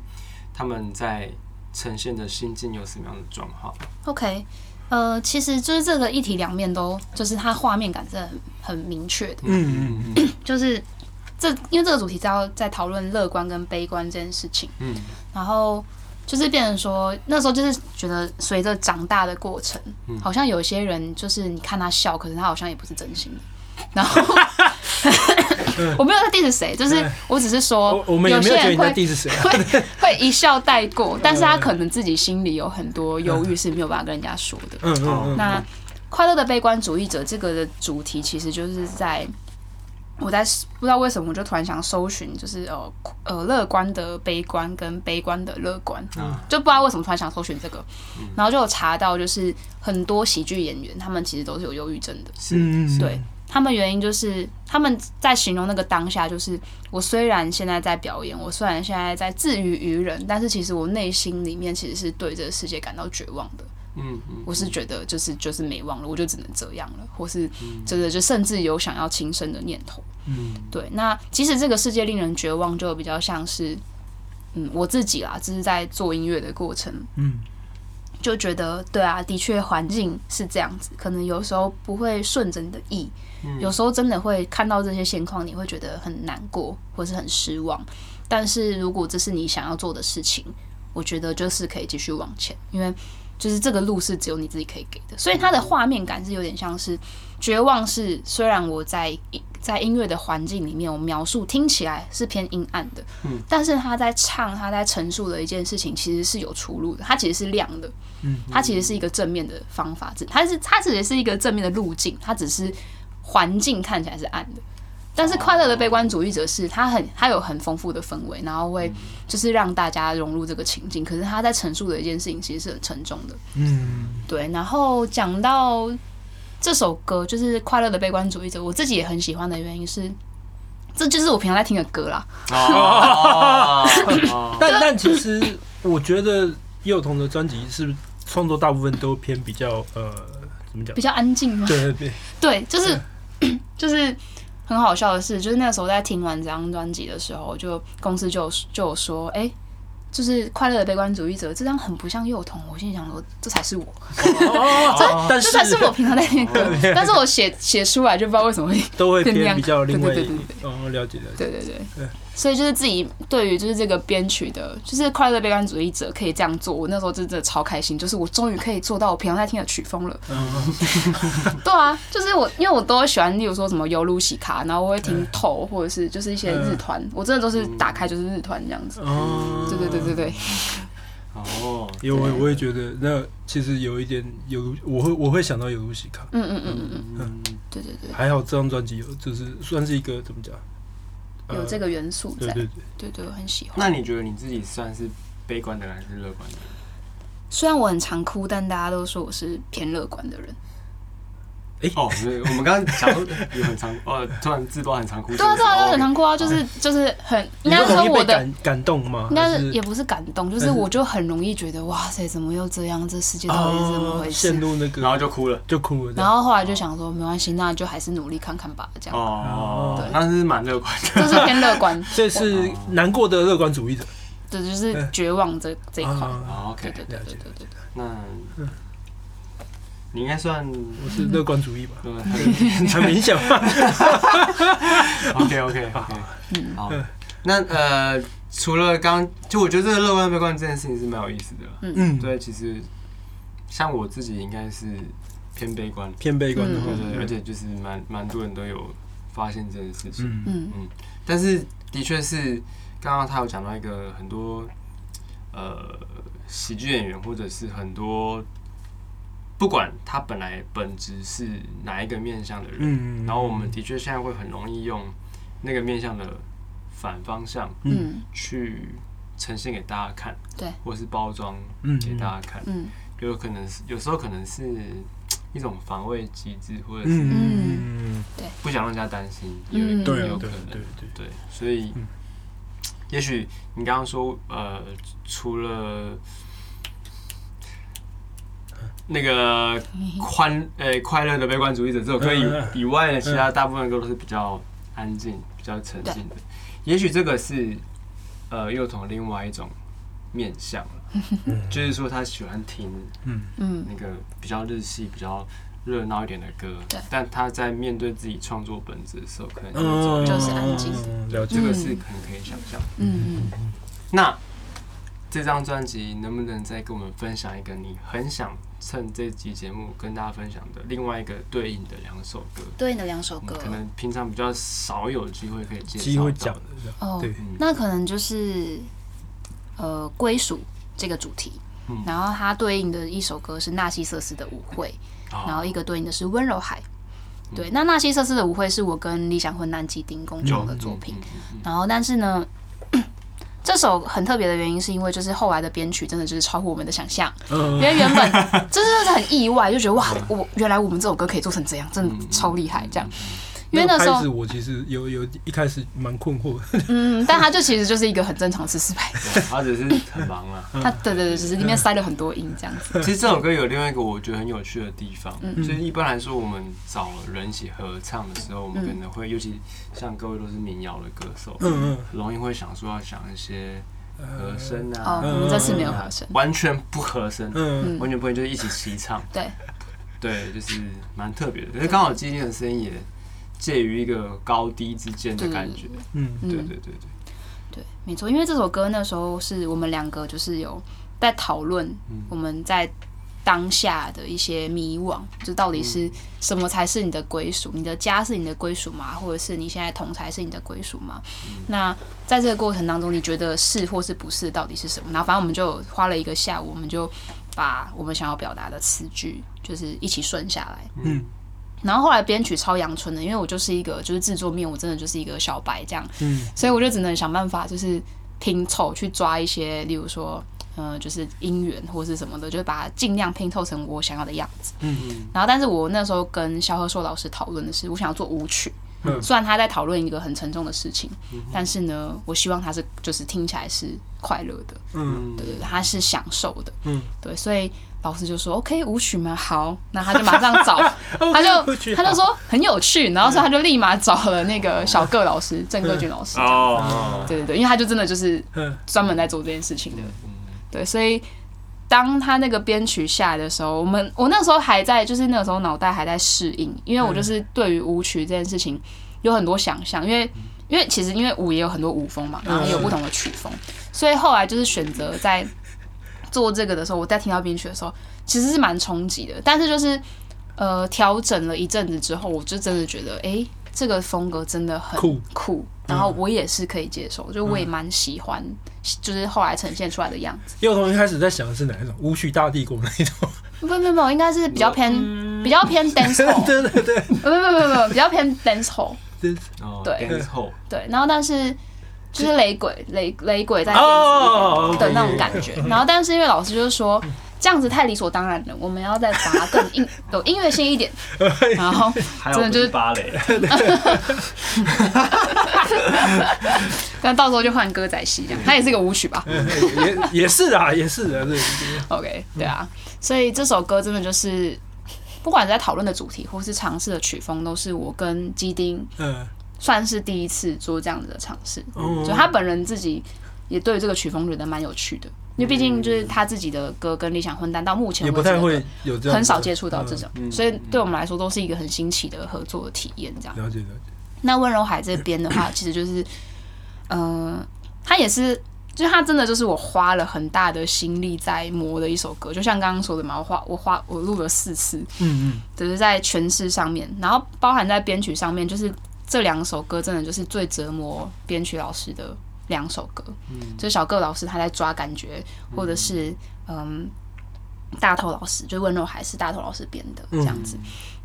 Speaker 1: 他们在呈现的心境有什么样的状况。
Speaker 3: OK，呃，其实就是这个一体两面都，就是它画面感是很很明确的，
Speaker 2: 嗯嗯
Speaker 3: 就是这因为这个主题是要在讨论乐观跟悲观这件事情，
Speaker 1: 嗯，
Speaker 3: 然后就是变成说，那时候就是觉得随着长大的过程，
Speaker 1: 嗯
Speaker 3: 好像有些人就是你看他笑，可是他好像也不是真心的。然后我没有在 diss 谁，就是
Speaker 2: 对
Speaker 3: 我只是说
Speaker 2: 我，我们也没
Speaker 3: 些
Speaker 2: 有觉得你
Speaker 3: 人
Speaker 2: 在
Speaker 3: 会
Speaker 2: diss 谁啊，
Speaker 3: 会会一笑带过，但是他可能自己心里有很多忧郁是没有办法跟人家说的。
Speaker 2: 嗯嗯嗯，
Speaker 3: 那快乐的悲观主义者这个的主题，其实就是在我在不知道为什么，我就突然想搜寻，就是呃呃乐观的悲观跟悲观的乐观，
Speaker 1: 啊
Speaker 3: 就不知道为什么突然想搜寻这个，然后就有查到，就是很多喜剧演员他们其实都是有忧郁症的。
Speaker 2: 嗯
Speaker 1: 是，是
Speaker 3: 对，他们原因就是他们在形容那个当下，就是我虽然现在在表演，我虽然现在在自娱于人，但是其实我内心里面其实是对这个世界感到绝望的。
Speaker 1: 嗯嗯，
Speaker 3: 我是觉得就是就是没望了，我就只能这样了，或是真的就甚至有想要轻生的念头。
Speaker 2: 嗯，
Speaker 3: 对。那即使这个世界令人绝望，就比较像是嗯我自己啦，就是在做音乐的过程，
Speaker 2: 嗯，
Speaker 3: 就觉得对啊，的确环境是这样子，可能有时候不会顺着你的意，
Speaker 1: 嗯
Speaker 3: 有时候真的会看到这些现况，你会觉得很难过或是很失望。但是如果这是你想要做的事情，我觉得就是可以继续往前，因为就是这个路是只有你自己可以给的。所以它的画面感是有点像是绝望是，虽然我在在音乐的环境里面，我描述听起来是偏阴暗的，
Speaker 1: 嗯，
Speaker 3: 但是他在唱，他在陈述的一件事情其实是有出路的，它其实是亮的，
Speaker 2: 嗯，
Speaker 3: 它其实是一个正面的方法，只它是它其实是一个正面的路径，它只是环境看起来是暗的。但是快乐的悲观主义者是，他很他有很丰富的氛围，然后会就是让大家融入这个情境。可是他在陈述的一件事情其实是很沉重的，
Speaker 2: 嗯，
Speaker 3: 对。然后讲到这首歌，就是《快乐的悲观主义者》，我自己也很喜欢的原因是，这就是我平常在听的歌啦。
Speaker 1: 哦，
Speaker 2: 但但其实我觉得幼童的专辑是不是创作大部分都偏比较呃怎么讲
Speaker 3: 比？较安静吗？
Speaker 2: 对对对，
Speaker 3: 对，就是 就是很好笑的是，就是那时候在听完这张专辑的时候，就公司就有就有说，哎、就是快乐的悲观主义者这张很不像幼童，我心里想说这才是我，
Speaker 2: 哦，但
Speaker 3: 这才是我平常在听 的歌，但是我写写出来就不知道为什么会，
Speaker 2: 都会
Speaker 3: 变
Speaker 2: 偏
Speaker 3: 亮
Speaker 2: 比较另外
Speaker 3: 对对对对，
Speaker 2: 哦，了解了解，
Speaker 3: 对对对
Speaker 2: 对，
Speaker 3: 所以就是自己对于就是这个编曲的，就是快乐的悲观主义者可以这样做，我那时候真的超开心，就是我终于可以做到我平常在听的曲风了。
Speaker 2: 嗯，
Speaker 3: 对啊，就是我，因为我都会喜欢，例如说什么尤露西卡，然后我会听透，或者是就是一些日团，
Speaker 2: 嗯
Speaker 3: 我真的都是打开就是日团这样子。
Speaker 2: 哦，
Speaker 3: 对对对对对，
Speaker 1: 哦，
Speaker 2: 有我我也觉得，那其实有一点有，我会我会想到有卢西卡，
Speaker 3: 嗯嗯嗯嗯嗯，
Speaker 1: 嗯，
Speaker 3: 对对对，
Speaker 2: 还好这张专辑有，就是算是一个怎么讲，呃
Speaker 3: 有这个元素
Speaker 2: 对
Speaker 3: 在，
Speaker 2: 对对，
Speaker 3: 对对，我很喜欢。
Speaker 1: 那你觉得你自己算是悲观的人还是乐观的人？
Speaker 3: 虽然我很常哭，但大家都说我是偏乐观的人。
Speaker 1: 哦，对我们刚刚讲说有很常，哦，突然自爆很常哭，
Speaker 3: 对啊对啊，
Speaker 1: 哦
Speaker 3: 我很常哭啊，就是就是很，应该
Speaker 2: 你会
Speaker 3: 说
Speaker 2: 容易
Speaker 3: 我
Speaker 2: 被
Speaker 3: 的。
Speaker 2: 感感动吗？
Speaker 3: 应该
Speaker 2: 还
Speaker 3: 是也不是感动，就是
Speaker 2: 还是
Speaker 3: 我就很容易觉得哇塞，怎么又这样？这世界到底是怎么
Speaker 2: 哦
Speaker 3: 回，
Speaker 2: 陷
Speaker 3: 事？
Speaker 2: 入那个，
Speaker 1: 然后就哭了。
Speaker 2: 就哭了这
Speaker 3: 然
Speaker 2: 样，
Speaker 3: 后后来就想说，没关系，那就还是努力看看吧，这样。
Speaker 1: 哦
Speaker 2: 对，
Speaker 1: 那是蛮乐观
Speaker 3: 这是偏乐观，
Speaker 2: 这是难过的乐观主义者
Speaker 3: 对，就是绝望这这一块。
Speaker 2: 啊，
Speaker 1: 的。
Speaker 3: 对
Speaker 1: 哦 OK，
Speaker 3: 对对对对对，
Speaker 1: 那你应该算
Speaker 2: 我是乐观主义吧，
Speaker 1: OK
Speaker 2: 很明显嘛，
Speaker 1: OK OK，好。那呃，除了刚，就我觉得这个乐观悲观这件事情是蛮有意思的。
Speaker 2: 嗯，，
Speaker 1: 对，其实像我自己应该是偏悲观，
Speaker 2: 偏悲观的话
Speaker 1: 对嗯对，对而
Speaker 2: 对，
Speaker 1: 且就是蛮蛮多人都有发现这件事情。
Speaker 2: 嗯，
Speaker 3: 嗯
Speaker 1: 但是的确是，刚刚他有讲到一个很多呃喜剧演员，或者是很多不管他本来本质是哪一个面向的人，
Speaker 2: 嗯，
Speaker 1: 然后我们的确现在会很容易用那个面向的反方向
Speaker 3: 嗯
Speaker 1: 去呈现给大家看，
Speaker 3: 对，
Speaker 1: 或是包装
Speaker 2: 嗯
Speaker 1: 给大家看，
Speaker 3: 嗯
Speaker 1: 有可能是有时候可能是一种防卫机制，或者是
Speaker 2: 嗯，
Speaker 1: 不想让人家担心，也有
Speaker 3: 嗯，
Speaker 2: 对
Speaker 1: 有
Speaker 2: 啊，
Speaker 1: 可
Speaker 2: 对
Speaker 1: 能
Speaker 2: 对对，
Speaker 1: 对，所以、
Speaker 2: 嗯
Speaker 1: 也许你刚刚说，呃，除了那个宽呃快乐的悲观主义者这首歌以
Speaker 2: 嗯嗯
Speaker 1: 以外呢，其他大部分的歌都是比较安静、比较沉静的。也许这个是呃幼童另外一种面向了，就是说他喜欢听
Speaker 2: 嗯
Speaker 3: 嗯
Speaker 1: 那个比较日系、比较热闹一点的歌
Speaker 3: 对，
Speaker 1: 但他在面对自己创作本质的时候，可能就会走
Speaker 2: 嗯，
Speaker 1: 一
Speaker 3: 就是安静
Speaker 2: 了解
Speaker 1: 这个是可能可以想象。
Speaker 3: 嗯嗯，
Speaker 1: 那这张专辑能不能再跟我们分享一个你很想趁这集节目跟大家分享的另外一个对应的两首歌？
Speaker 3: 对应的两
Speaker 1: 我
Speaker 3: 首歌
Speaker 1: 们可能平常比较少有机会可以介绍到
Speaker 2: 机会讲的这样，
Speaker 3: 哦
Speaker 2: 对，
Speaker 1: 嗯
Speaker 3: 那可能就是呃归属这个主题
Speaker 1: 嗯。
Speaker 3: 然后它对应的一首歌是纳西瑟斯的舞会，
Speaker 1: 哦
Speaker 3: 然后一个对应的是温柔海。
Speaker 1: 嗯
Speaker 3: 对，那纳西瑟斯的舞会是我跟理想混蛋基丁共创
Speaker 1: 嗯
Speaker 3: 的作品。，然后，但是呢， 这首很特别的原因是因为就是后来的编曲真的就是超乎我们的 想象，因
Speaker 2: 嗯，
Speaker 3: 为原本 这真的是很意外，就觉得哇，我原来我们这首歌可以做成这样，真的超厉害这
Speaker 1: 嗯
Speaker 3: 样。因为那时
Speaker 2: 开
Speaker 3: 候
Speaker 2: 始，我其实有有一开始蛮困惑的，
Speaker 3: 嗯，但它就其实就是一个很正常吃失败，
Speaker 1: 对他只是很忙 啊。
Speaker 3: 它对对对，只是
Speaker 1: 嗯
Speaker 3: 里面塞了很多音这样子。
Speaker 1: 其实这首歌有另外一个我觉得很有趣的地方，
Speaker 3: 嗯
Speaker 1: 就是一般来说我们找人一起合唱的时候，我
Speaker 3: 嗯
Speaker 1: 们可能会，尤其像各位都是民谣的歌手，
Speaker 2: 嗯
Speaker 1: 容易会想说要想一些
Speaker 2: 嗯，
Speaker 1: 和声
Speaker 3: 哦，
Speaker 1: 啊，
Speaker 3: 我们这次没有和声，
Speaker 1: 完全不合声，
Speaker 2: 嗯，
Speaker 1: 完全不会就是一起齐唱，
Speaker 3: 对
Speaker 1: 对，就是蛮特别的。可是刚好今天的声音也介于一个高低之间的感觉，
Speaker 2: 嗯
Speaker 1: 对
Speaker 3: 嗯
Speaker 1: 对对对，
Speaker 3: 对，没错，因为这首歌那时候是我们两个就是有在讨论
Speaker 1: 嗯
Speaker 3: 我们在当下的一些迷惘，就到底是什么才是你的归属？你的家是你的归属吗？或者是你现在同才是你的归属吗？那在这个过程当中，你觉得是或是不是到底是什么？然后反正我们就花了一个下午，我们就把我们想要表达的词句就是一起顺下来。
Speaker 2: 嗯，
Speaker 3: 然后后来编曲超阳春的，因为我就是一个就是制作面，我真的就是一个小白这样，
Speaker 2: 嗯，
Speaker 3: 所以我就只能想办法就是拼凑去抓一些，例如说，嗯、就是音源或是什么的，就是把它尽量拼凑成我想要的样子。
Speaker 2: 嗯
Speaker 1: 嗯
Speaker 3: 然后，但是我那时候跟肖和硕老师讨论的是，我想要做舞曲，
Speaker 2: 嗯
Speaker 3: 虽然他在讨论一个很沉重的事情，但是呢，我希望他是就是听起来是快乐的，
Speaker 2: 嗯
Speaker 3: 对对对，他是享受的，
Speaker 2: 嗯，
Speaker 3: 对，所以老师就说 OK 舞曲吗？好，那他就马上 找，
Speaker 2: 嗯，
Speaker 3: 他
Speaker 2: 我
Speaker 3: 就
Speaker 2: 去
Speaker 3: 他就说很有趣，然后所以他就立马找了那个小个老师郑克军老师，
Speaker 1: 哦，
Speaker 3: 对对对，因为他就真的就是
Speaker 2: 嗯
Speaker 3: 专门在做这件事情的，对，所以当他那个编曲下来的时候，我们我那时候还在，就是那个时候脑袋还在适应，因为我就是对于舞曲这件事情有很多想象，因为因为其实因为舞也有很多舞风嘛，然后也有不同的曲风，所以后来就是选择在做这个的时候，我在听到编曲的时候，其实是蛮冲击的，但是就是呃调整了一阵子之后，我就真的觉得，诶，这个风格真的很
Speaker 2: 酷
Speaker 3: 酷，然后我也是可以接受，就我也蛮喜欢，就是后来呈现出来的样子。
Speaker 2: 因为我从一开始在想的是哪一种舞曲大帝国那一种，
Speaker 3: 不不不，应该是比较偏比较偏 dance hall，
Speaker 2: 对对对，
Speaker 3: 不不不不不，比较偏 dance hall。
Speaker 1: 哦
Speaker 3: 对
Speaker 1: ，dance hall，
Speaker 3: 对，然后但是就是雷鬼雷雷鬼在 dance
Speaker 2: 哦
Speaker 3: 里的那种感觉，然后但是因为老师就是说。这样子太理所当然了，我们要再把它更音有音乐性一点，然后
Speaker 1: 还
Speaker 3: 真的就是
Speaker 1: 芭蕾，
Speaker 3: 那到时候就换歌仔戏这样，它也是一个舞曲吧。
Speaker 2: 也也是啊，也是啊，对，
Speaker 3: OK，对啊，所以这首歌真的就是，不管在讨论的主题或是尝试的曲风，都是我跟基丁
Speaker 2: 嗯，
Speaker 3: 算是第一次做这样子的尝试。
Speaker 2: 哦
Speaker 3: 就他本人自己也对这个曲风觉得蛮有趣的，因为毕竟就是他自己的歌跟理想混蛋到目前
Speaker 2: 也
Speaker 3: 为
Speaker 2: 不
Speaker 3: 止
Speaker 2: 太
Speaker 3: 都
Speaker 2: 会有这样，
Speaker 3: 很少接触到这种，
Speaker 1: 嗯
Speaker 3: 所以对我们来说都是一个很新奇的合作的体验。这样，
Speaker 2: 嗯了解了解，
Speaker 3: 那温柔海这边的 话，其实就是，呃，它也是，就是它真的就是我花了很大的心力在磨的一首歌，就像刚刚说的嘛，我花我花我录了四次，
Speaker 2: 嗯嗯，
Speaker 3: 只是在诠释上面，然后包含在编曲上面，就是这两首歌真的就是最折磨编曲老师的两首歌，就是小个老师他在抓感觉，或者是嗯。大头老师就是温柔海是大头老师编的这
Speaker 1: 嗯
Speaker 3: 样子，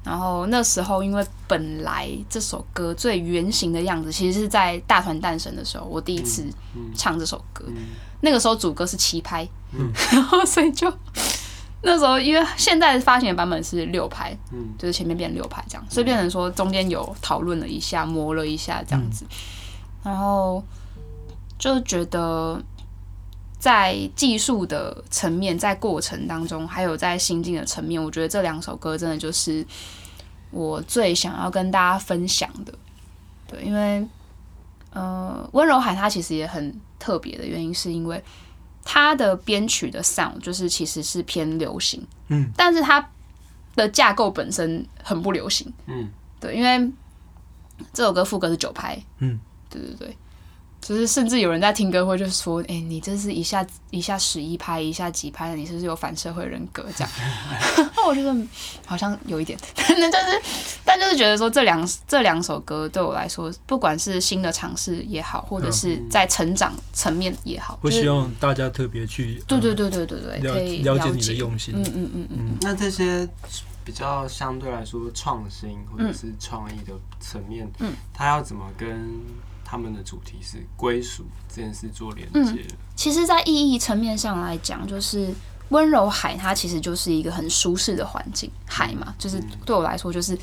Speaker 3: 然后那时候因为本来这首歌最原型的样子，其实是在大团诞生的时候，我第一次
Speaker 1: 嗯
Speaker 3: 唱这首歌，那个时候主歌是七拍， 然后所以就那时候因为现在发行的版本是六拍，
Speaker 1: 嗯
Speaker 3: 就是前面变六拍这样，所以变成说中间有讨论了一下，磨了一下这样子，然后就觉得在技术的层面，在过程当中，还有在心境的层面，我觉得这两首歌真的就是我最想要跟大家分享的，对，因为呃，温柔海它其实也很特别的原因，是因为它的编曲的 sound 就是其实是偏流行，
Speaker 2: 嗯，
Speaker 3: 但是它的架构本身很不流行。
Speaker 1: 嗯，
Speaker 3: 对，因为这首歌副歌是九拍，
Speaker 2: 嗯，
Speaker 3: 对对对，就是甚至有人在听歌会就说，哎、你这是一下一下十一拍，一下几拍，你是不是有反社会人格这样？ 那我觉得好像有一点， 但就是但就是觉得说这两这两首歌对我来说，不管是新的尝试也好，或者是在成长层面也好，
Speaker 2: 嗯会
Speaker 3: 就是
Speaker 2: 希望大家特别去
Speaker 3: 对对
Speaker 2: 呃
Speaker 3: 对对对对，可以
Speaker 2: 了了解你的用心
Speaker 3: 嗯。嗯嗯嗯，
Speaker 1: 那这些比较相对来说创新或者是创意的层面，
Speaker 3: 嗯，
Speaker 1: 它要怎么跟他们的主题是归属这件事做连
Speaker 3: 嗯
Speaker 1: 接？
Speaker 3: 其实，在意义层面上来讲，就是温柔海，它其实就是一个很舒适的环境。海嘛，就是对我来说，就是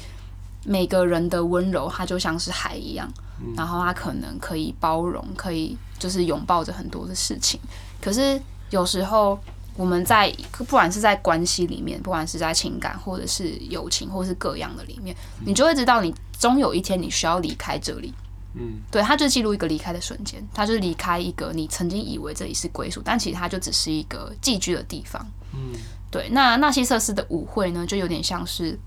Speaker 3: 每个人的温柔，它就像是海一样，然后它可能可以包容，可以就是拥抱着很多的事情。可是有时候我们在不管是在关系里面，不管是在情感或者是友情，或是各样的里面，你就会知道，你终有一天你需要离开这里。
Speaker 1: 嗯
Speaker 3: 对，它就记录一个离开的瞬间，它就是离开一个你曾经以为这里是归属，但其实它就只是一个寄居的地方。
Speaker 1: 嗯
Speaker 3: 对，那纳西瑟斯的舞会呢，就有点像是，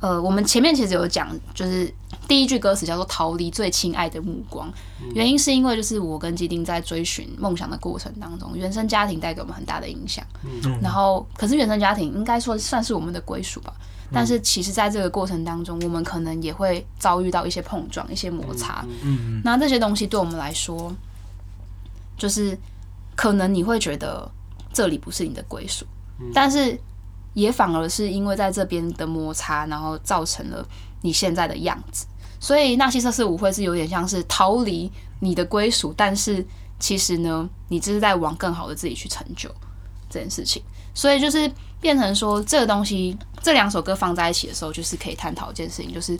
Speaker 3: 呃，我们前面其实有讲，就是第一句歌词叫做“逃离最亲爱的目光”，
Speaker 1: 嗯
Speaker 3: 原因是因为就是我跟基丁在追寻梦想的过程当中，原生家庭带给我们很大的影响。
Speaker 2: 嗯
Speaker 3: 然后，可是原生家庭应该说算是我们的归属吧。但是其实，在这个过程当中，我们可能也会遭遇到一些碰撞、一些摩擦。
Speaker 2: 嗯，
Speaker 3: 那这些东西对我们来说，就是可能你会觉得这里不是你的归属，但是也反而是因为在这边的摩擦，然后造成了你现在的样子。所以纳西瑟斯舞会是有点像是逃离你的归属，但是其实呢，你这是在往更好的自己去成就这件事情。所以就是变成说，这个东西这两首歌放在一起的时候，就是可以探讨一件事情，就是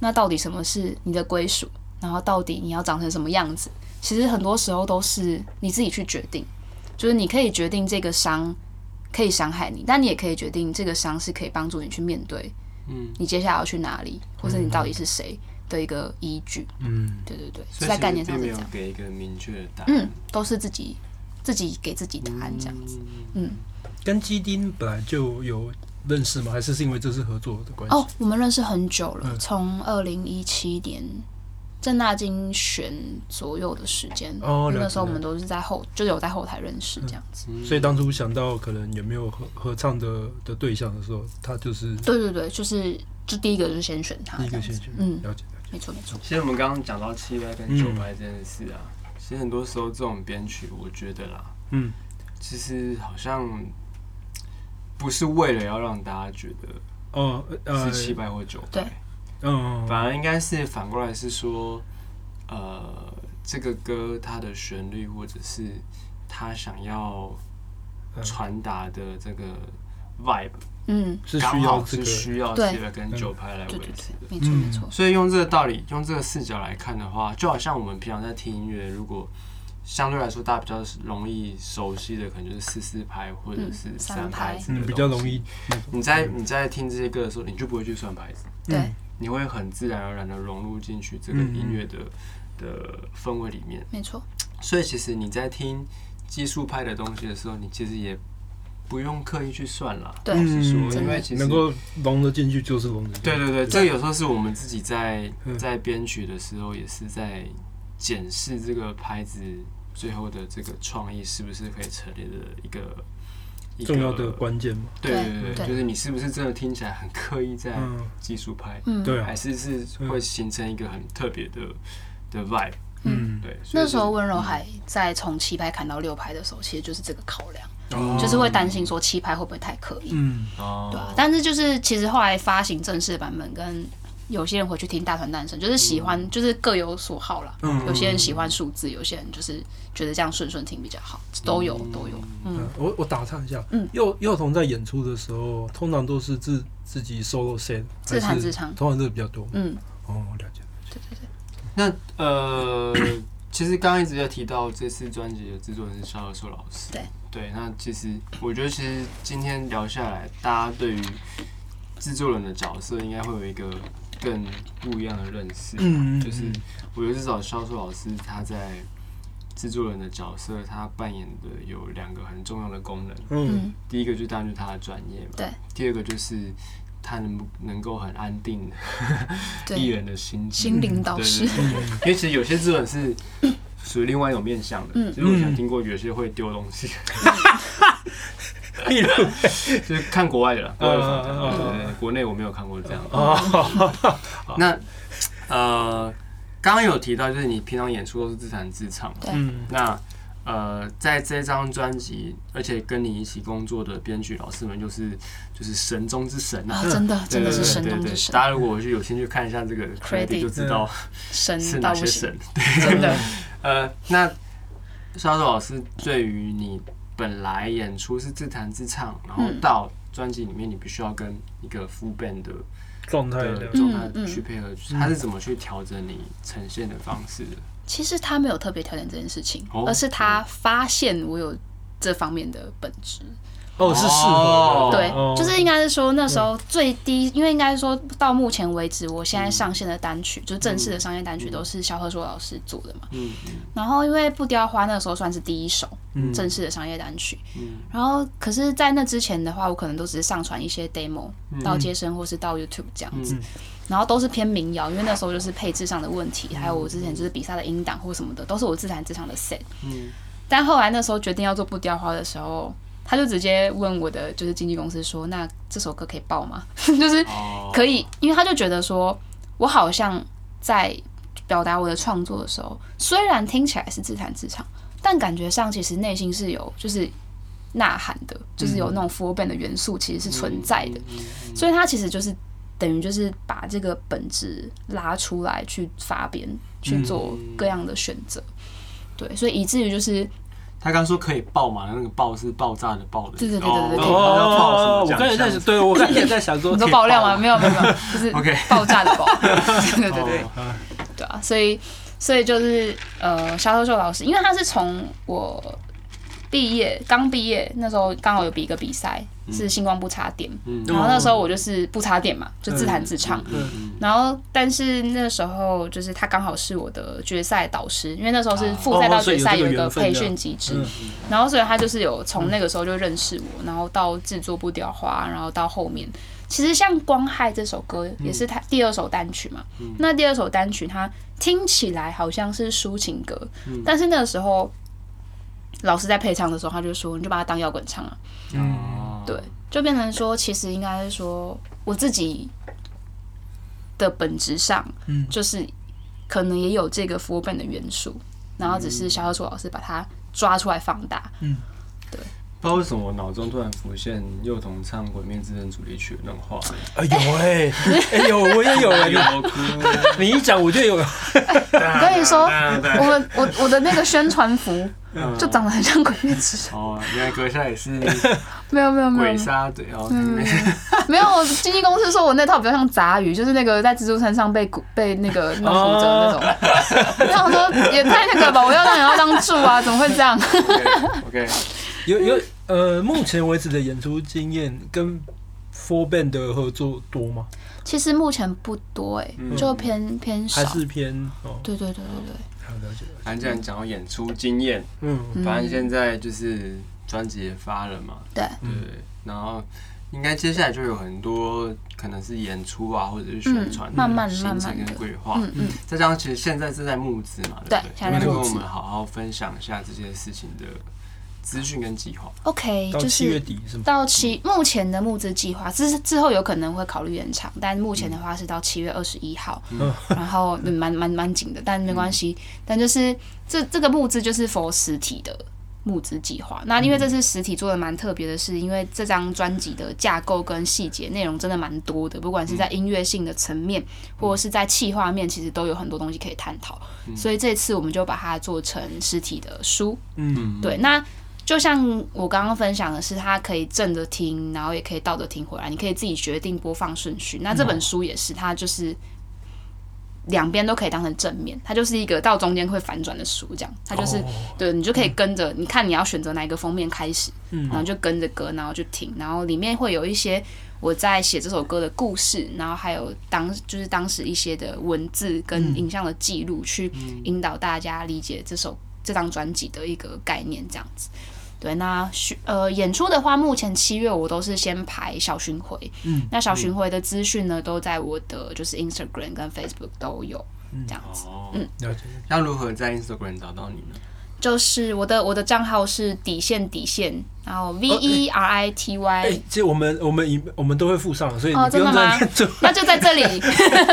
Speaker 3: 那到底什么是你的归属？然后到底你要长成什么样子，其实很多时候都是你自己去决定，就是你可以决定这个伤可以伤害你，但你也可以决定这个伤是可以帮助你去面对
Speaker 1: 嗯，
Speaker 3: 你接下来要去哪里，或者你到底是谁的一个依据。
Speaker 2: 嗯，
Speaker 3: 对对对，
Speaker 1: 所以
Speaker 3: 在
Speaker 1: 其
Speaker 3: 概
Speaker 1: 实
Speaker 3: 念上
Speaker 1: 并没
Speaker 3: 是这
Speaker 1: 有
Speaker 3: 样，
Speaker 1: 给一个明确的答案。
Speaker 3: 嗯，都是自己自己给自己答案这样子。嗯，
Speaker 2: 跟基丁本来就有认识吗？还是是因为这是合作的关系？
Speaker 3: 哦，我们认识很久了，
Speaker 2: 嗯
Speaker 3: 从二零一七年正大金选左右的时间，
Speaker 2: 哦了
Speaker 3: 那
Speaker 2: 解
Speaker 3: 个时候我们
Speaker 2: 了
Speaker 3: 都是在后，就是有在后台认识这样子。
Speaker 1: 嗯
Speaker 2: 所以当初想到可能有没有合合唱的的对象的时候，他就是
Speaker 3: 对对对，就是就第一个就是先选他，
Speaker 2: 第一
Speaker 3: 这
Speaker 2: 个
Speaker 3: 样子
Speaker 2: 先选。
Speaker 3: 嗯，
Speaker 2: 了解了解。
Speaker 3: 没错没错，
Speaker 1: 其实我们刚刚讲到七拍跟
Speaker 2: 嗯
Speaker 1: 九拍这件事啊，其实很多时候这种编曲，我觉得啦，
Speaker 2: 嗯，
Speaker 1: 其实好像不是为了要让大家觉得
Speaker 2: 哦，呃
Speaker 1: 是，七拍或九
Speaker 3: 对
Speaker 1: 拍，
Speaker 2: 嗯，
Speaker 1: 反而应该是反过来是说，呃，这个歌它的旋律或者是它想要
Speaker 2: 嗯
Speaker 1: 传达的这个 vibe，
Speaker 3: 嗯，
Speaker 2: 是需
Speaker 1: 刚
Speaker 2: 要
Speaker 1: 好
Speaker 2: 这
Speaker 1: 是
Speaker 2: 个，
Speaker 1: 需要
Speaker 3: 对
Speaker 1: 七拍跟九拍来
Speaker 3: 对
Speaker 1: 维
Speaker 3: 对
Speaker 1: 持的。
Speaker 3: 对，没错
Speaker 2: 嗯
Speaker 3: 没错，
Speaker 1: 所以用这个道理，用这个视角来看的话，就好像我们平常在听音乐，如果相对来说大家比较容易熟悉的，可能就是四四拍或者是
Speaker 3: 嗯
Speaker 1: 三
Speaker 3: 三
Speaker 1: 拍
Speaker 3: 拍
Speaker 1: 子的东西、
Speaker 2: 嗯，比较容易。嗯
Speaker 1: 你在你在听这些歌的时候，你就不会去算拍子，
Speaker 3: 对，
Speaker 1: 你会很自然而然的融入进去这个
Speaker 2: 嗯嗯
Speaker 1: 音乐的的氛围里面。
Speaker 3: 没错，
Speaker 1: 所以其实你在听技术派的东西的时候，你其实也不用刻意去算了。
Speaker 3: 对
Speaker 1: 老实说，
Speaker 2: 嗯
Speaker 1: 因为其实
Speaker 2: 能够融得进去就是融得进去。
Speaker 1: 对对对，这有时候是我们自己在
Speaker 2: 嗯
Speaker 1: 在编曲的时候，也是在检视这个拍子最后的这个创意是不是可以陈列的一个一个
Speaker 2: 重要的关键嘛。
Speaker 1: 对对对
Speaker 3: 对
Speaker 1: 对，
Speaker 3: 对
Speaker 1: 就是你是不是真的听起来很刻意在
Speaker 2: 嗯，
Speaker 1: 技术拍，
Speaker 3: 嗯，
Speaker 2: 对啊
Speaker 1: 还，是是会形成一个很特别的的 vibe。
Speaker 2: 嗯，
Speaker 1: 对，所以
Speaker 3: 那时候
Speaker 1: 就是
Speaker 3: 温柔海在从七拍砍到六拍的时候，其实就是这个考量，
Speaker 2: 哦
Speaker 3: 就是会担心说七拍会不会太刻意，
Speaker 2: 嗯，
Speaker 1: 哦，
Speaker 3: 对啊，但是就是其实后来发行正式版本跟。有些人回去听大团诞生，就是喜欢，就是各有所好啦。
Speaker 2: 嗯
Speaker 3: 有些人喜欢数字，有些人就是觉得这样顺顺听比较好，都有都有。嗯
Speaker 2: 嗯，我我打岔一下，
Speaker 3: 嗯
Speaker 2: 幼幼童在演出的时候，通常都是自自己 solo set，
Speaker 3: 自弹
Speaker 2: 还是
Speaker 3: 自唱
Speaker 2: 通常这个比较多。
Speaker 3: 嗯，
Speaker 2: 哦，了解。
Speaker 1: 那呃，其实刚刚一直在提到这次专辑的制作人是肖尔硕老师。
Speaker 3: 对
Speaker 1: 那其实我觉得，其实今天聊下来，大家对于制作人的角色应该会有一个更不一样的认识。
Speaker 2: 嗯嗯嗯
Speaker 1: 就是我觉得至少肖硕老师他在制作人的角色，他扮演的有两个很重要的功能。
Speaker 2: 嗯
Speaker 3: 嗯
Speaker 1: 第一个就当然就是他的专业嘛，
Speaker 3: 对。
Speaker 1: 第二个就是他能不能够很安定艺
Speaker 3: 对，
Speaker 1: 人的心情。
Speaker 3: 心灵导
Speaker 1: 对
Speaker 3: 师
Speaker 1: 对，对因为其实有些制作人是属于另外一种面向的，
Speaker 3: 嗯
Speaker 1: 就是我想听过有些会丢东 西，
Speaker 2: 例如
Speaker 3: 嗯
Speaker 1: 就是看国外的啦，国外有常常
Speaker 2: 嗯
Speaker 1: 对
Speaker 2: 嗯嗯
Speaker 1: 对对国内我没有看过这样。
Speaker 2: 哦，
Speaker 1: 那呃，刚刚有提到就是你平常演出都是自弹自唱嘛，
Speaker 2: 嗯
Speaker 1: 那呃，在这张专辑，而且跟你一起工作的编剧老师们，就是就是神中之神啊
Speaker 3: 啊，。真的真的是
Speaker 1: 对对
Speaker 3: 神
Speaker 1: 对
Speaker 3: 中
Speaker 1: 对
Speaker 3: 之神，
Speaker 1: 大家如果去有兴趣看一下这个
Speaker 3: Credit
Speaker 1: credit，就知道是
Speaker 3: 神到
Speaker 1: 哪些
Speaker 3: 不行，
Speaker 1: 神。
Speaker 3: 真 的。
Speaker 1: 呃，那沙洲老师对于你本来演出是自弹自唱，然后
Speaker 3: 嗯
Speaker 1: 到专辑里面你必须要跟一个 full band 的
Speaker 2: 状态
Speaker 1: 的
Speaker 2: 的
Speaker 1: 状态
Speaker 3: 嗯嗯
Speaker 1: 去配合，他是怎么去调整你呈现的方式的？
Speaker 3: 其实他没有特别挑战这件事情，
Speaker 1: 哦
Speaker 3: 而是他发现我有这方面的本质。
Speaker 2: 哦是适合的，
Speaker 3: 对，
Speaker 2: 哦
Speaker 3: 就是应该是说那时候最低，因为应该是说到目前为止，我现在上线的单曲，就是正式的上线单曲都是萧贺硕老师做的嘛。
Speaker 1: 嗯
Speaker 3: 然后因为《不雕花》那时候算是第一首
Speaker 2: 嗯
Speaker 3: 正式的商业单曲，
Speaker 1: 嗯
Speaker 3: 然后可是，在那之前的话，我可能都只是上传一些 demo
Speaker 1: 嗯
Speaker 3: 到街声或是到 YouTube 这样子，
Speaker 2: 嗯
Speaker 3: 然后都是偏民谣，因为那时候就是配置上的问题，还有我之前就是比赛的音档或什么的，都是我自弹自唱的 set。
Speaker 1: 嗯，
Speaker 3: 但后来那时候决定要做不雕花的时候，他就直接问我的就是经纪公司说：“那这首歌可以报吗？” 就是
Speaker 1: 哦，
Speaker 3: 可以，因为他就觉得说我好像在表达我的创作的时候，虽然听起来是自弹自唱，但感觉上其实内心是有就是呐喊的，就是有那种 full band 的元素其实是存在的。
Speaker 1: 嗯，嗯
Speaker 3: 所以他其实就是等于就是把这个本质拉出来去发编，去做各样的选择。对，所以以至于就是
Speaker 1: 他刚说可以爆嘛，那个爆是爆炸的爆的，
Speaker 3: 对对对对对对
Speaker 1: 哦要爆什么
Speaker 2: 哦，我刚才在想，对我刚才也在想说，
Speaker 3: 你说爆料吗？没有没有没有，就是
Speaker 1: OK
Speaker 3: 爆炸的爆。对对对对。
Speaker 1: 哦
Speaker 3: 对啊，所以所以就是呃，肖秀秀老师，因为他是从我毕业刚毕业那时候刚好有比一个比赛，是星光不插电，
Speaker 1: 嗯
Speaker 3: 然后那时候我就是不插电嘛，就自弹自唱。
Speaker 1: 嗯嗯
Speaker 3: 然后，但是那时候就是他刚好是我的决赛导师，因为那时候是复赛
Speaker 2: 哦
Speaker 3: 到
Speaker 2: 所以
Speaker 3: 决
Speaker 2: 有
Speaker 3: 赛
Speaker 2: 这个
Speaker 3: 有一个
Speaker 2: 缘分
Speaker 3: 培
Speaker 2: 这样
Speaker 3: 训机制，
Speaker 2: 嗯
Speaker 3: 然后所以他就是有从那个时候就认识我，然后到制作不雕花，然后到后面，其实像《光害》这首歌也是他第二首单曲嘛，
Speaker 2: 嗯
Speaker 3: 那第二首单曲它听起来好像是抒情歌，
Speaker 2: 嗯
Speaker 3: 但是那个时候老师在配唱的时候，他就说你就把它当摇滚唱啊，
Speaker 1: 嗯，
Speaker 3: 对，就变成说，其实应该是说我自己的本质上，
Speaker 2: 嗯
Speaker 3: 就是可能也有这个 f o r b a n 的元素，然后只是小小楚老师把它抓出来放大。
Speaker 1: 不知道为什么我脑中突然浮现幼童唱《鬼灭之刃》主题曲的那种画面，
Speaker 2: 哎有哎哎有我也有哎，你
Speaker 1: 有哭，
Speaker 2: 你一讲我就有，
Speaker 1: 嗯
Speaker 3: 我跟你说，我们我我的那个宣传服
Speaker 1: 嗯
Speaker 3: 就长得很像鬼灭之刃，
Speaker 1: 哦，原来阁下也是
Speaker 3: 没有没嗯有没有
Speaker 1: 鬼
Speaker 3: 没有
Speaker 1: 杀队哦，
Speaker 3: 没有，我经纪公司说我那套比较像杂鱼，就是那个在蜘蛛山上被骨被那个弄骨折那种。
Speaker 1: 哦
Speaker 3: 然后我说也太那个吧，我要让也要当柱啊，怎么会这样？
Speaker 1: OK，
Speaker 2: 有有呃，目前为止的演出经验跟 Four Band 的合作多吗？
Speaker 3: 其实目前不多哎、
Speaker 1: 嗯
Speaker 3: 就偏偏少
Speaker 2: 还。是偏哦，
Speaker 3: 对对对对
Speaker 2: 好了解了，
Speaker 1: 反正既然讲到演出经验，
Speaker 2: 嗯
Speaker 3: 对，
Speaker 1: 反正
Speaker 3: 嗯、
Speaker 1: 现在就是专辑也发了嘛，
Speaker 3: 对，
Speaker 1: 对不对，然后应该接下来就有很多可能是演出啊，或者是宣传
Speaker 3: 嗯，慢慢
Speaker 1: 行
Speaker 3: 慢
Speaker 1: 程
Speaker 3: 慢
Speaker 1: 跟
Speaker 3: 的，
Speaker 1: 规划，
Speaker 3: 嗯嗯，
Speaker 1: 再加上其实现在正在募资嘛，对
Speaker 3: 对
Speaker 1: 不
Speaker 3: 现
Speaker 1: 能
Speaker 3: 在在
Speaker 1: 不能跟
Speaker 3: 募
Speaker 1: 我
Speaker 3: 资
Speaker 1: 们好好分享一下这些事情的资讯跟计划？
Speaker 3: ，OK，
Speaker 2: 到
Speaker 3: 就
Speaker 2: 七月
Speaker 3: 是
Speaker 2: 底是吗？
Speaker 3: 到期目前的募资计划，之之后有可能会考虑延长，但目前的话是到七月二十一号，
Speaker 1: 嗯
Speaker 3: 然后嗯蛮蛮蛮紧的，但没关系，但就是这这个募资就是否实体的。募资计划，那因为这次实体做的蛮特别的是，因为这张专辑的架构跟细节内容真的蛮多的，不管是在音乐性的层面，或者是在企划面，其实都有很多东西可以探讨。所以这次我们就把它做成实体的书，
Speaker 2: 嗯
Speaker 3: 对，那就像我刚刚分享的是，它可以正着听，然后也可以倒着听回来，你可以自己决定播放顺序。那这
Speaker 2: 嗯
Speaker 3: 本书也是，它就是两边都可以当成正面，它就是一个到中间会反转的书，这样，它
Speaker 2: 哦
Speaker 3: 就是、对你就可以跟着，你看你要选择哪一个封面开始，
Speaker 2: 嗯
Speaker 3: 然后就跟着歌，然后就听，然后里面会有一些我在写这首歌的故事，然后还有当就是
Speaker 2: 嗯
Speaker 1: 嗯
Speaker 3: 当时一些的文字跟影像的记录，去引导大家理解这首这张专辑的一个概念这样子。对，那巡呃演出的话，目前七月我都是先排小巡回，
Speaker 2: 嗯，
Speaker 3: 那小巡回的资讯呢，都在我的就是 Instagram
Speaker 1: 嗯
Speaker 3: 跟 Facebook 都有这样子。
Speaker 1: 哦，
Speaker 2: 了解。
Speaker 1: 要如何在 Instagram 找到你呢？
Speaker 3: 就是我的我的账号是底线底线，然后 V
Speaker 2: 哦
Speaker 3: E R I T
Speaker 2: 哎
Speaker 3: Y，，
Speaker 2: 其实我们我们一我们都会附上，所以你
Speaker 3: 哦
Speaker 2: 不用
Speaker 3: 真的
Speaker 2: 在那
Speaker 3: 吗
Speaker 2: 边做。
Speaker 3: 那就在这里。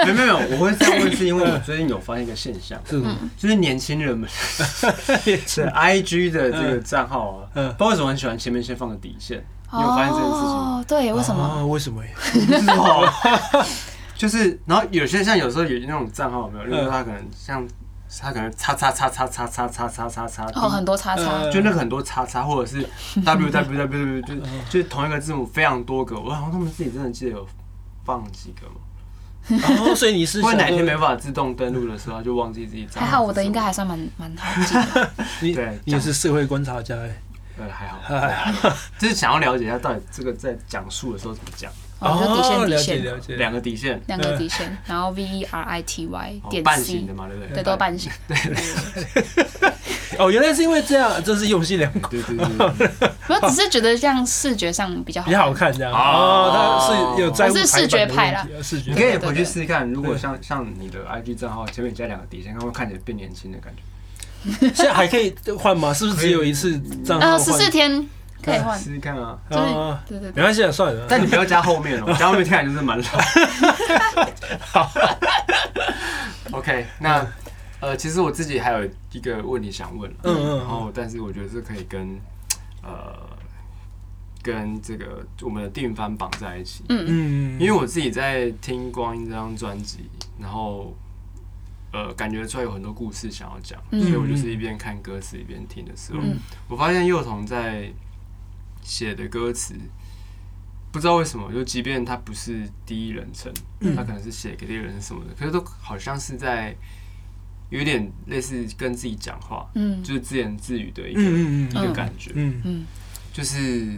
Speaker 1: 没有没有，我会这样问，是因为我最近有发现一个现
Speaker 3: 嗯
Speaker 1: 象，
Speaker 2: 是吗 啊
Speaker 1: 就是年轻人们的 IG 的这个账号啊，不
Speaker 2: 嗯
Speaker 1: 知道为什么很喜欢前面先放个底线， 你有发现这件事情吗？
Speaker 3: 哦，对，为什么？
Speaker 2: 啊？为什么呀？
Speaker 1: 是哦，就是，然后有些像有时候有那种账号有没有，例如说他可能像他可能叉叉叉叉叉叉叉叉叉叉，
Speaker 3: 哦，很多叉叉。
Speaker 2: 呃
Speaker 1: 就那个很多叉叉，或者是 W W W，就就是同一个字母非常多个，我好像他们自己真的记得有放几个嘛，
Speaker 2: 哦，所以你是
Speaker 1: 或者
Speaker 2: 想
Speaker 1: 哪天没
Speaker 2: 说
Speaker 1: 办法自动登录的时候，他就忘记自己账号
Speaker 3: 还
Speaker 1: 是什么。
Speaker 3: 好我的应该还算蛮蛮好记的，
Speaker 2: 你
Speaker 1: 对
Speaker 2: 你也是社会观察家哎。
Speaker 1: 呃还 好，
Speaker 2: 哎
Speaker 1: 就是想要了解一下到底这个在讲述的时候怎么讲，
Speaker 3: 哦，就
Speaker 2: 了
Speaker 3: 底线底
Speaker 2: 解
Speaker 3: 线，
Speaker 2: 了解。
Speaker 1: 两个底线，
Speaker 3: 两个底线，然后 V E R I T Y
Speaker 1: 呃哦
Speaker 3: 点
Speaker 1: 半形
Speaker 3: C
Speaker 1: 的。嘛，对不对？
Speaker 3: 对，都半形。
Speaker 2: 哦，原来是因为这样，这是用心良苦，
Speaker 1: 对对对 对，
Speaker 3: 我只是觉得这样视觉上比较好
Speaker 2: 比较。好看这样。
Speaker 1: 哦
Speaker 2: 哦，他是有在乎
Speaker 3: 我是
Speaker 2: 排
Speaker 3: 视
Speaker 2: 版
Speaker 3: 觉
Speaker 2: 的
Speaker 3: 派
Speaker 2: 问
Speaker 3: 啦
Speaker 2: 题，呃视觉
Speaker 1: 你可以
Speaker 2: 派。
Speaker 1: 回去试试看。如果像像你的 IG 账号前面加两个底线，看会不会看起来变年轻的感觉。
Speaker 2: 现在还可以换吗？是不是只有一次账号
Speaker 3: 呃，
Speaker 2: 嗯换？
Speaker 3: 十四天可以换，
Speaker 1: 试试看啊，
Speaker 3: 就是
Speaker 2: 啊，
Speaker 3: 对对对
Speaker 2: 没。关系啊，算了。
Speaker 1: 但你不要加后面 哦，加后面听起来就是蛮老。OK，那呃，其实我自己还有一个问题想问，
Speaker 2: 嗯嗯嗯
Speaker 1: 然后但是我觉得这可以跟呃跟这个我们的定番绑在一起，
Speaker 2: 嗯，
Speaker 1: 因为我自己在听《光阴》这张专辑，然后呃，感觉出来有很多故事想要讲，所
Speaker 3: 嗯
Speaker 1: 以我就是一边看歌词一边听的时候，
Speaker 2: 嗯
Speaker 1: 我发现幼童在写的歌词，不知道为什么，就即便他不是第一人称，
Speaker 2: 嗯
Speaker 1: 他可能是写给第一人称什么的，可是都好像是在有点类似跟自己讲话，
Speaker 3: 嗯
Speaker 1: 就是自言自语的一个、
Speaker 2: 嗯嗯
Speaker 1: 一
Speaker 2: 嗯
Speaker 1: 个感觉，
Speaker 2: 嗯，
Speaker 3: 嗯，
Speaker 1: 就是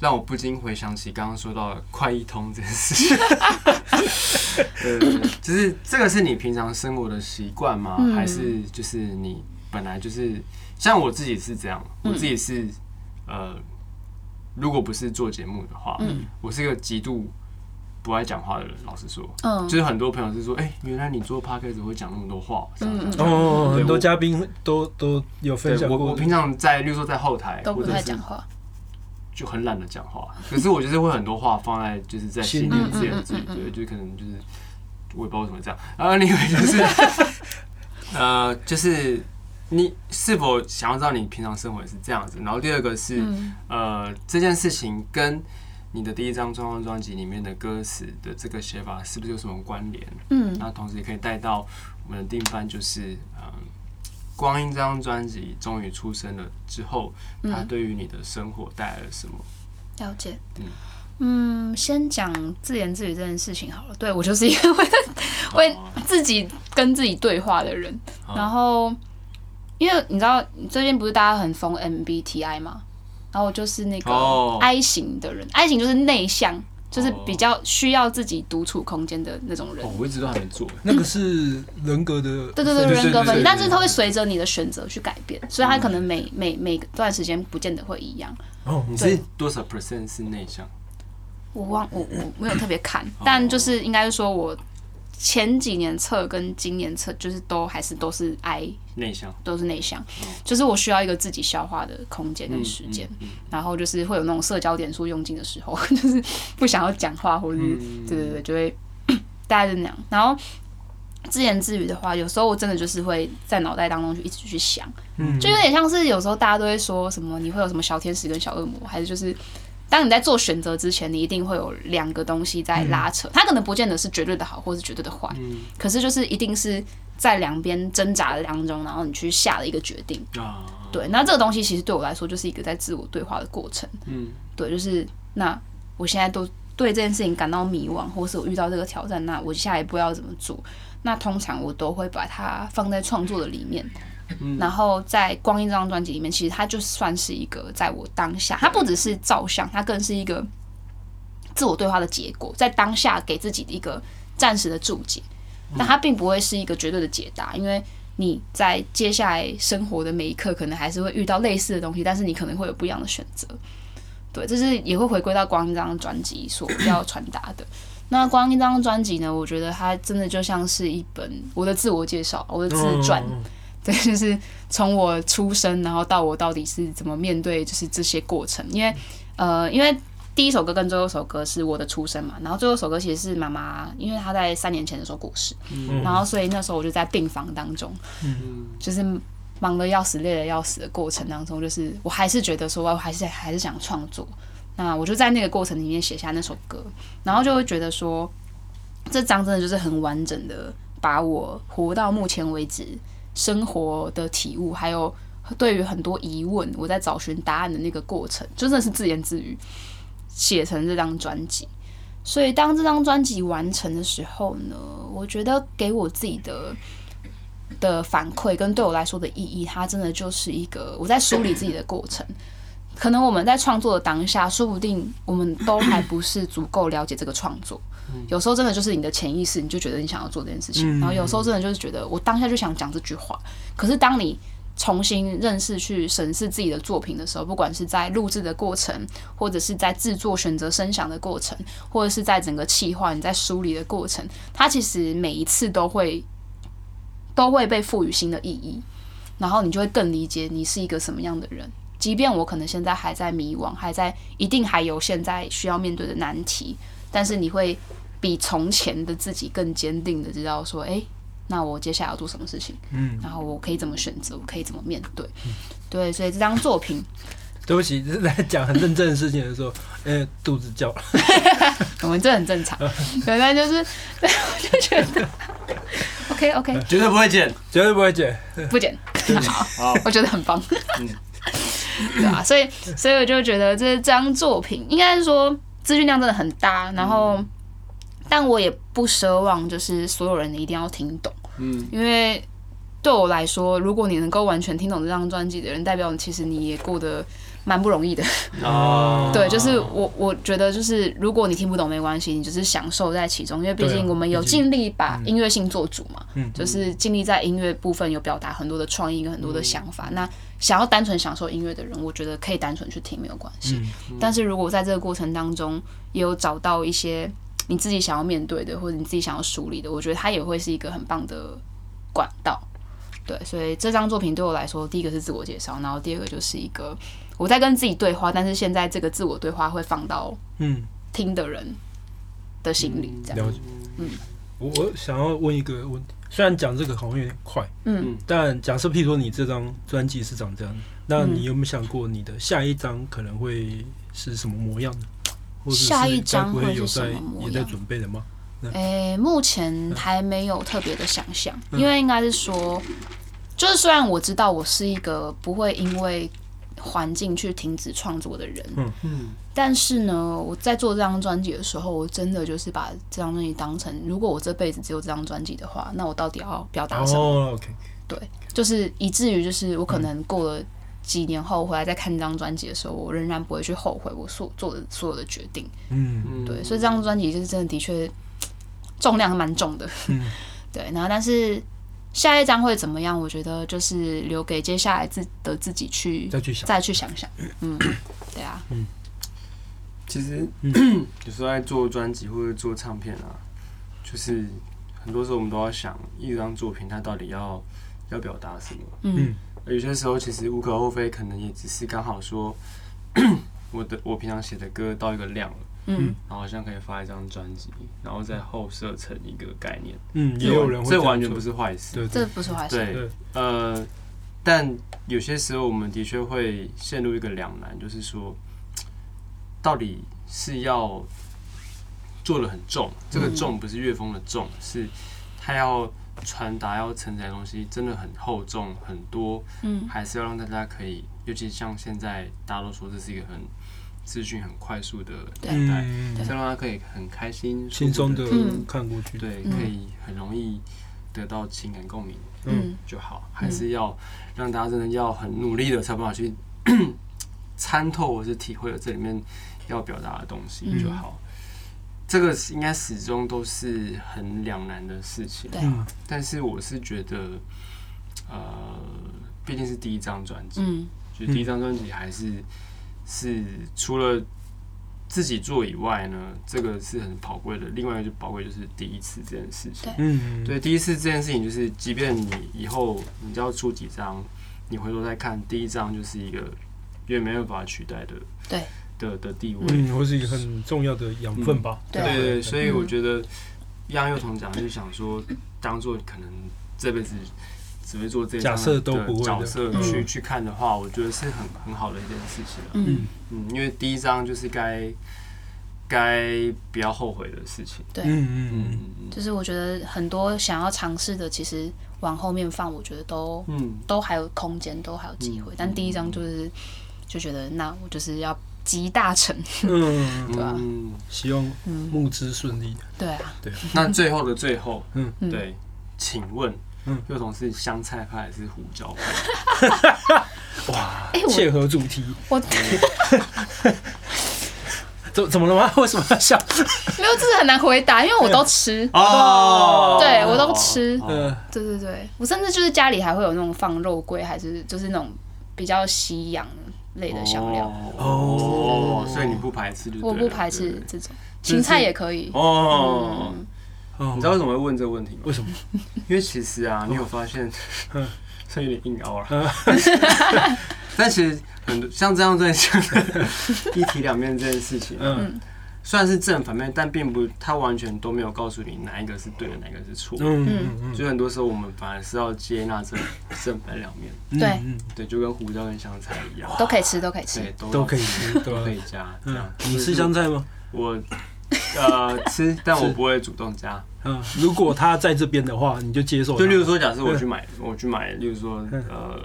Speaker 1: 让我不禁回想起刚刚说到的快一通这件事情。 对对对，就是这个是你平常生活的习惯吗？
Speaker 3: 嗯
Speaker 1: 还是就是你本来就是像我自己是这样，
Speaker 3: 嗯
Speaker 1: 我自己是、呃，如果不是做节目的话，
Speaker 3: 嗯
Speaker 1: 我是一个极度不爱讲话的人。老实说，
Speaker 3: 嗯
Speaker 1: 就是很多朋友是说，哎、原来你做 podcast 会讲那么多话，这样
Speaker 3: 嗯嗯
Speaker 1: 这样对
Speaker 2: 哦，很
Speaker 1: 我
Speaker 2: 多嘉宾都都有分
Speaker 1: 对
Speaker 2: 享
Speaker 1: 我
Speaker 2: 过。
Speaker 1: 我平常在，例如说在后台
Speaker 3: 都不
Speaker 1: 或者
Speaker 3: 太
Speaker 1: 是
Speaker 3: 讲话。
Speaker 1: 就很懒得讲话，可是我就是会很多话放在就是在心
Speaker 2: 心
Speaker 1: 里
Speaker 2: 里
Speaker 1: 自言自语
Speaker 3: 嗯嗯，嗯
Speaker 1: 对，就可能就是我也不知道为什么这样。然后另外就是 呃，就是你是否想要知道你平常生活也是这样子？然后第二个是
Speaker 3: 嗯
Speaker 1: 呃，这件事情跟你的第一张专专辑里面的歌词的这个写法是不是有什么关联？
Speaker 3: 嗯
Speaker 1: 那同时也可以带到我们的定番，就是嗯，光阴这张专辑终于出生了之后，它
Speaker 3: 嗯
Speaker 1: 对于你的生活带来了什么？
Speaker 3: 了解
Speaker 1: 嗯。
Speaker 3: 嗯，先讲自言自语这件事情好了。对我就是一个
Speaker 1: 哦
Speaker 3: 会会自己跟自己对话的人。
Speaker 1: 哦
Speaker 3: 然后，因为你知道最近不是大家很疯 MBTI 吗？然后我就是那
Speaker 1: 哦
Speaker 3: 个 I 型的人、i 型就是内向，就是
Speaker 1: 哦
Speaker 3: 比较需要自己独处空间的那种人
Speaker 1: 哦。，我一直都还没做。
Speaker 2: 那个是人格的，
Speaker 3: 对对对，人格
Speaker 1: 对对
Speaker 3: 分析，
Speaker 1: 对
Speaker 3: 但是它会随着你的选择去改变，所以它可能每每每段时间不见得会一样。
Speaker 2: 哦，
Speaker 1: 你
Speaker 3: 对
Speaker 1: 是多少 percent 是内向？
Speaker 3: 我忘我我没有特别看，但就是应该是说我前几年测跟今年测就是都还是都是 I
Speaker 1: 内向
Speaker 3: 都是内向，就是我需要一个自己消化的空间跟
Speaker 1: 嗯
Speaker 3: 时间，然后就是会有那种社交点数用尽的时候， 就是不想要讲话，或者
Speaker 1: 嗯
Speaker 3: 是、嗯对对对，就会 大概是那样。然后自言自语的话，有时候我真的就是会在脑袋当中就一直去想，
Speaker 2: 嗯
Speaker 3: 就有点像是有时候大家都会说什么你会有什么小天使跟小恶魔，还是就是。当你在做选择之前，你一定会有两个东西在拉扯，它可能不见得是绝对的好，或是绝对的坏，
Speaker 1: 嗯
Speaker 3: 可是就是一定是在两边挣扎的当中，然后你去下了一个决定。
Speaker 1: 啊，
Speaker 3: 对，那这个东西其实对我来说就是一个在自我对话的过程。
Speaker 1: 嗯，
Speaker 3: 对，就是那我现在都对这件事情感到迷惘，或是我遇到这个挑战，那我下一步要怎么做？那通常我都会把它放在创作的里面，然后在《光阴》这张专辑里面，其实它就算是一个在我当下，它不只是照相，它更是一个自我对话的结果，在当下给自己的一个暂时的注解。但它并不会是一个绝对的解答，因为你在接下来生活的每一刻，可能还是会遇到类似的东西，但是你可能会有不一样的选择。对，这是也会回归到光一张专辑所要传达的。那光一张专辑呢，我觉得它真的就像是一本我的自我介绍，我的自传。
Speaker 2: 嗯
Speaker 3: 对，就是从我出生，然后到我到底是怎么面对，就是这些过程。因为，呃，因为第一首歌跟最后一首歌是我的出生嘛，然后最后一首歌其实是妈妈，因为她在三年前的时候过世，
Speaker 2: 嗯
Speaker 3: 然后所以那时候我就在病房当中，
Speaker 1: 嗯，
Speaker 3: 就是忙得要死、累得要死的过程当中，就是我还是觉得说，我还是还是想创作。那我就在那个过程里面写下那首歌，然后就会觉得说，这张真的就是很完整的把我活到目前为止生活的体悟，还有对于很多疑问我在找寻答案的那个过程，就真的是自言自语写成这张专辑。所以当这张专辑完成的时候呢，我觉得给我自己的的反馈跟对我来说的意义，它真的就是一个我在梳理自己的过程。可能我们在创作的当下，说不定我们都还不是足够了解这个创作。有时候真的就是你的潜意识，你就觉得你想要做这件事情，
Speaker 2: 嗯
Speaker 3: 然后有时候真的就是觉得我当下就想讲这句话。可是当你重新认识、去审视自己的作品的时候，不管是在录制的过程，或者是在制作、选择声响的过程，或者是在整个企划你在梳理的过程，它其实每一次都会都会被赋予新的意义，然后你就会更理解你是一个什么样的人。即便我可能现在还在迷惘，还在一定还有现在需要面对的难题，但是你会比从前的自己更坚定的知道说，诶，那我接下来要做什么事情，
Speaker 2: 嗯，
Speaker 3: 然后我可以怎么选择，我可以怎么面对。对，所以这张作品，
Speaker 2: 对不起， 就是在讲很认真的事情的时候，哎，肚子叫，
Speaker 3: 我们这很正常，对，但就是，对，我就觉得，OK OK，
Speaker 1: 绝对不会剪。
Speaker 2: 绝对不会剪。
Speaker 3: 不剪，
Speaker 1: 好，
Speaker 3: 我觉得很棒， 对啊，所以所以我就觉得这张作品应该是说资讯量真的很大，然后、但我也不奢望就是所有人一定要听懂，
Speaker 1: 嗯，
Speaker 3: 因为对我来说，如果你能够完全听懂这张专辑的人，代表你其实你也过得蛮不容易的。
Speaker 1: 哦，
Speaker 3: 对，就是我我觉得就是如果你听不懂没关系，你就是享受在其中，因为毕
Speaker 2: 对啊
Speaker 3: 竟我们有
Speaker 2: 毕竟
Speaker 3: 尽力把音乐性做主嘛，
Speaker 2: 嗯
Speaker 3: 就是尽力在音乐部分有表达很多的创意跟很多
Speaker 2: 嗯
Speaker 3: 的想法。那想要单纯享受音乐的人，我觉得可以单纯去听没有关系。
Speaker 2: 嗯
Speaker 3: 但是如果在这个过程当中也有找到一些你自己想要面对的，或者你自己想要梳理的，我觉得它也会是一个很棒的管道。对，所以这张作品对我来说，第一个是自我介绍，然后第二个就是一个我在跟自己对话，但是现在这个自我对话会放到
Speaker 2: 嗯，
Speaker 3: 听的人的心里，这样。
Speaker 2: 了解。我我想要问一个问题，虽然讲这个好像有点快，
Speaker 3: 嗯
Speaker 2: 但假设譬如说你这张专辑是长这样，那你有没有想过你的下一张可能会是什么模样呢？或者是
Speaker 3: 嗯下一张
Speaker 2: 该不
Speaker 3: 会
Speaker 2: 会
Speaker 3: 是
Speaker 2: 有
Speaker 3: 什么
Speaker 2: 在
Speaker 3: 模
Speaker 2: 也
Speaker 3: 样
Speaker 2: 在准备的吗？
Speaker 3: 诶、目前还没有特别的想象，因为应该是说，就是虽然我知道我是一个不会因为环境去停止创作的人，
Speaker 1: 嗯
Speaker 3: 但是呢，我在做这张专辑的时候，我真的就是把这张专辑当成，如果我这辈子只有这张专辑的话，那我到底要表达什么？
Speaker 2: 哦，OK，
Speaker 3: 就是以至于就是我可能过了几年后回来再看这张专辑的时候，我仍然不会去后悔我所做的所有的决定。
Speaker 2: 嗯
Speaker 1: 嗯，
Speaker 3: 对，所以这张专辑就是真的的确重量蛮重的。
Speaker 2: 嗯
Speaker 3: 对，然后但是下一张会怎么样？我觉得就是留给接下来自的自己去
Speaker 2: 再去想，
Speaker 3: 再去想想。嗯，对啊，
Speaker 1: 其实、有时候在做专辑或者做唱片啊，就是很多时候我们都要想一张作品它到底要要表达什么。
Speaker 3: 嗯
Speaker 1: 而有些时候其实无可厚非，可能也只是刚好说 我的我平常写的歌到一个量了，
Speaker 3: 嗯
Speaker 1: 然后好像可以发一张专辑，然后再后设成一个概念。
Speaker 2: 嗯，也有人会
Speaker 1: 这
Speaker 2: 样
Speaker 1: 完全
Speaker 2: 做
Speaker 1: 不是坏事。
Speaker 2: 对
Speaker 3: 这
Speaker 2: 对
Speaker 3: 不是坏事。
Speaker 1: 对，
Speaker 2: 对，
Speaker 1: 呃，但有些时候我们的确会陷入一个两难，就是说，到底是要做的很重，这个重不是乐风的重，是它要传达要承载的东西真的很厚重很多，
Speaker 3: 嗯
Speaker 1: 还是要让大家可以，尤其像现在大家都说这是一个很资讯很快速的
Speaker 3: 对
Speaker 1: 年代，
Speaker 2: 嗯，
Speaker 1: 是要让大家可以很开心、
Speaker 2: 轻松的
Speaker 1: 舒服
Speaker 3: 嗯
Speaker 2: 看过去，
Speaker 1: 对，
Speaker 3: 嗯
Speaker 1: 可以很容易得到情感共鸣。
Speaker 3: 嗯
Speaker 1: 就好，还是要让大家真的要很努力的才有办法去 参透或是体会这里面要表达的东
Speaker 3: 嗯
Speaker 1: 西就好。这个应该始终都是很两难的事情，
Speaker 3: 对啊
Speaker 2: 嗯
Speaker 1: 但是我是觉得呃，毕竟是第一张专辑，
Speaker 3: 嗯
Speaker 1: 就第一张专辑还是是除了自己做以外呢，这个是很宝贵的。另外一个就宝贵就是第一次这件事情。
Speaker 2: 嗯，
Speaker 1: 对，第一次这件事情就是，即便你以后你要出几张，你回头再看，第一张就是一个远远没有办法取代的，
Speaker 3: 对
Speaker 1: 的的地位。
Speaker 2: 嗯，或是一个很重要的养分吧。啊
Speaker 3: 对
Speaker 1: 对对，所以我
Speaker 3: 嗯
Speaker 1: 觉得让幼童讲就是想说，当做可能这辈子只会做这
Speaker 2: 假
Speaker 1: 样
Speaker 2: 设
Speaker 1: 的
Speaker 2: 都不会的
Speaker 1: 角色
Speaker 3: 嗯
Speaker 1: 去去看的话，我觉得是很很好的一件事情啊。
Speaker 3: 嗯，
Speaker 1: 嗯，因为第一章就是该该不要后悔的事情。
Speaker 3: 对
Speaker 2: 嗯嗯
Speaker 1: 嗯嗯
Speaker 3: 就是我觉得很多想要尝试的，其实往后面放，我觉得都
Speaker 1: 嗯，
Speaker 3: 都还有空间，都还有机会。但第一张就是就觉得，那我就是要集大成，
Speaker 2: 嗯，
Speaker 3: 对啊
Speaker 1: 嗯，
Speaker 2: 希望
Speaker 3: 嗯，
Speaker 2: 募资顺利。
Speaker 3: 对啊，
Speaker 1: 那最后的最后，
Speaker 2: 嗯
Speaker 3: 嗯
Speaker 1: 对，请问
Speaker 2: 嗯，
Speaker 1: 幼童是香菜派还是胡椒派？
Speaker 2: 哇
Speaker 3: 哎，我
Speaker 2: 切合主题，
Speaker 3: 我
Speaker 2: 怎怎么了吗？ 为什么要笑？
Speaker 3: 没有，这是很难回答，因为我都吃，
Speaker 1: 哦
Speaker 3: 对我都吃
Speaker 1: 哦
Speaker 2: 呃，
Speaker 3: 对对对，我甚至就是家里还会有那种放肉桂，还是就是那种比较西洋类的香料，
Speaker 1: 哦
Speaker 2: 哦，
Speaker 1: 所以你不排斥就对
Speaker 3: 我
Speaker 1: 了
Speaker 3: 不排斥嗯
Speaker 1: 对
Speaker 3: 这种，
Speaker 1: 就是
Speaker 3: 芹菜也可以。
Speaker 1: 哦，
Speaker 2: 哦
Speaker 1: 你知道为什么会问这个问题吗？
Speaker 2: 为什么？哦嗯
Speaker 1: 因为其实啊，你有发现， 这有点硬凹了。 但其实很多像这样在讲 的一体两面这件事情，
Speaker 2: 嗯
Speaker 1: 虽然是正反面，但并不，它完全都没有告诉你哪一个是对的，哪一个是错。的。
Speaker 2: 嗯嗯
Speaker 1: 所以很多时候我们反而是要接纳这正反两 面，
Speaker 2: 嗯，
Speaker 3: 对
Speaker 2: 嗯，
Speaker 1: 对，就跟胡椒跟香菜一样，
Speaker 3: 都可以吃，都可以吃。
Speaker 1: 对，都
Speaker 2: 都可
Speaker 1: 以
Speaker 2: 以，对
Speaker 1: 都可
Speaker 2: 吧？
Speaker 1: 以加。这样
Speaker 2: 嗯，，你吃香菜吗？
Speaker 1: 我呃吃，但我
Speaker 2: 是
Speaker 1: 不会主动加。
Speaker 2: 嗯，如果他在这边的话，你就接 受。
Speaker 1: 就例如，说，假设我去买，我去买，例如说
Speaker 2: 嗯
Speaker 1: 呃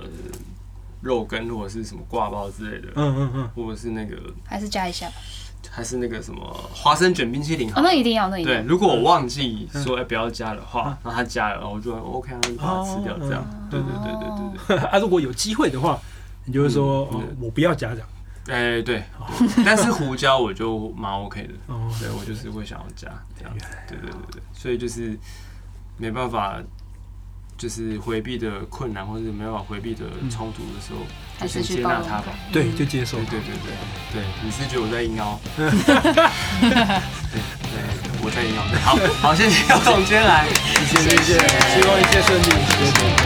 Speaker 1: 肉羹或者是什么挂包之类的，
Speaker 2: 嗯嗯嗯，
Speaker 1: 或者是那个
Speaker 3: 还是加一下吧。
Speaker 1: 还是那个什么花生卷冰淇淋好
Speaker 3: 哦，
Speaker 1: 了。
Speaker 3: 那一定要，那一
Speaker 1: 嗯
Speaker 3: 定
Speaker 1: 对，
Speaker 3: 要。
Speaker 1: 如果我忘记
Speaker 2: 嗯
Speaker 1: 说哎不要加的话，然后他加了，然后我就 OK 啊，那就把它吃掉，
Speaker 2: 哦
Speaker 1: 这样。对对对对对对。
Speaker 2: 啊，如果有机会的话，你就会说，
Speaker 1: 嗯
Speaker 2: 哦我不要家长。
Speaker 1: 哎对， 对但是胡椒我就蛮 OK 的，
Speaker 2: 哦，
Speaker 1: 对我就是会想要加这样。对对对对，所以就是没办法。就是回避的困难，或者是没办法回避的冲突的时候，
Speaker 3: 还
Speaker 1: 就是先
Speaker 3: 去
Speaker 1: 接
Speaker 3: 包
Speaker 1: 纳
Speaker 3: 容
Speaker 1: 它吧。
Speaker 2: 对，就接受
Speaker 1: 对。对对对对，你是觉得我在硬 凹？对对，我在硬凹。好好，谢谢姚总监来，谢谢谢谢，
Speaker 2: 希望一切顺利，谢谢。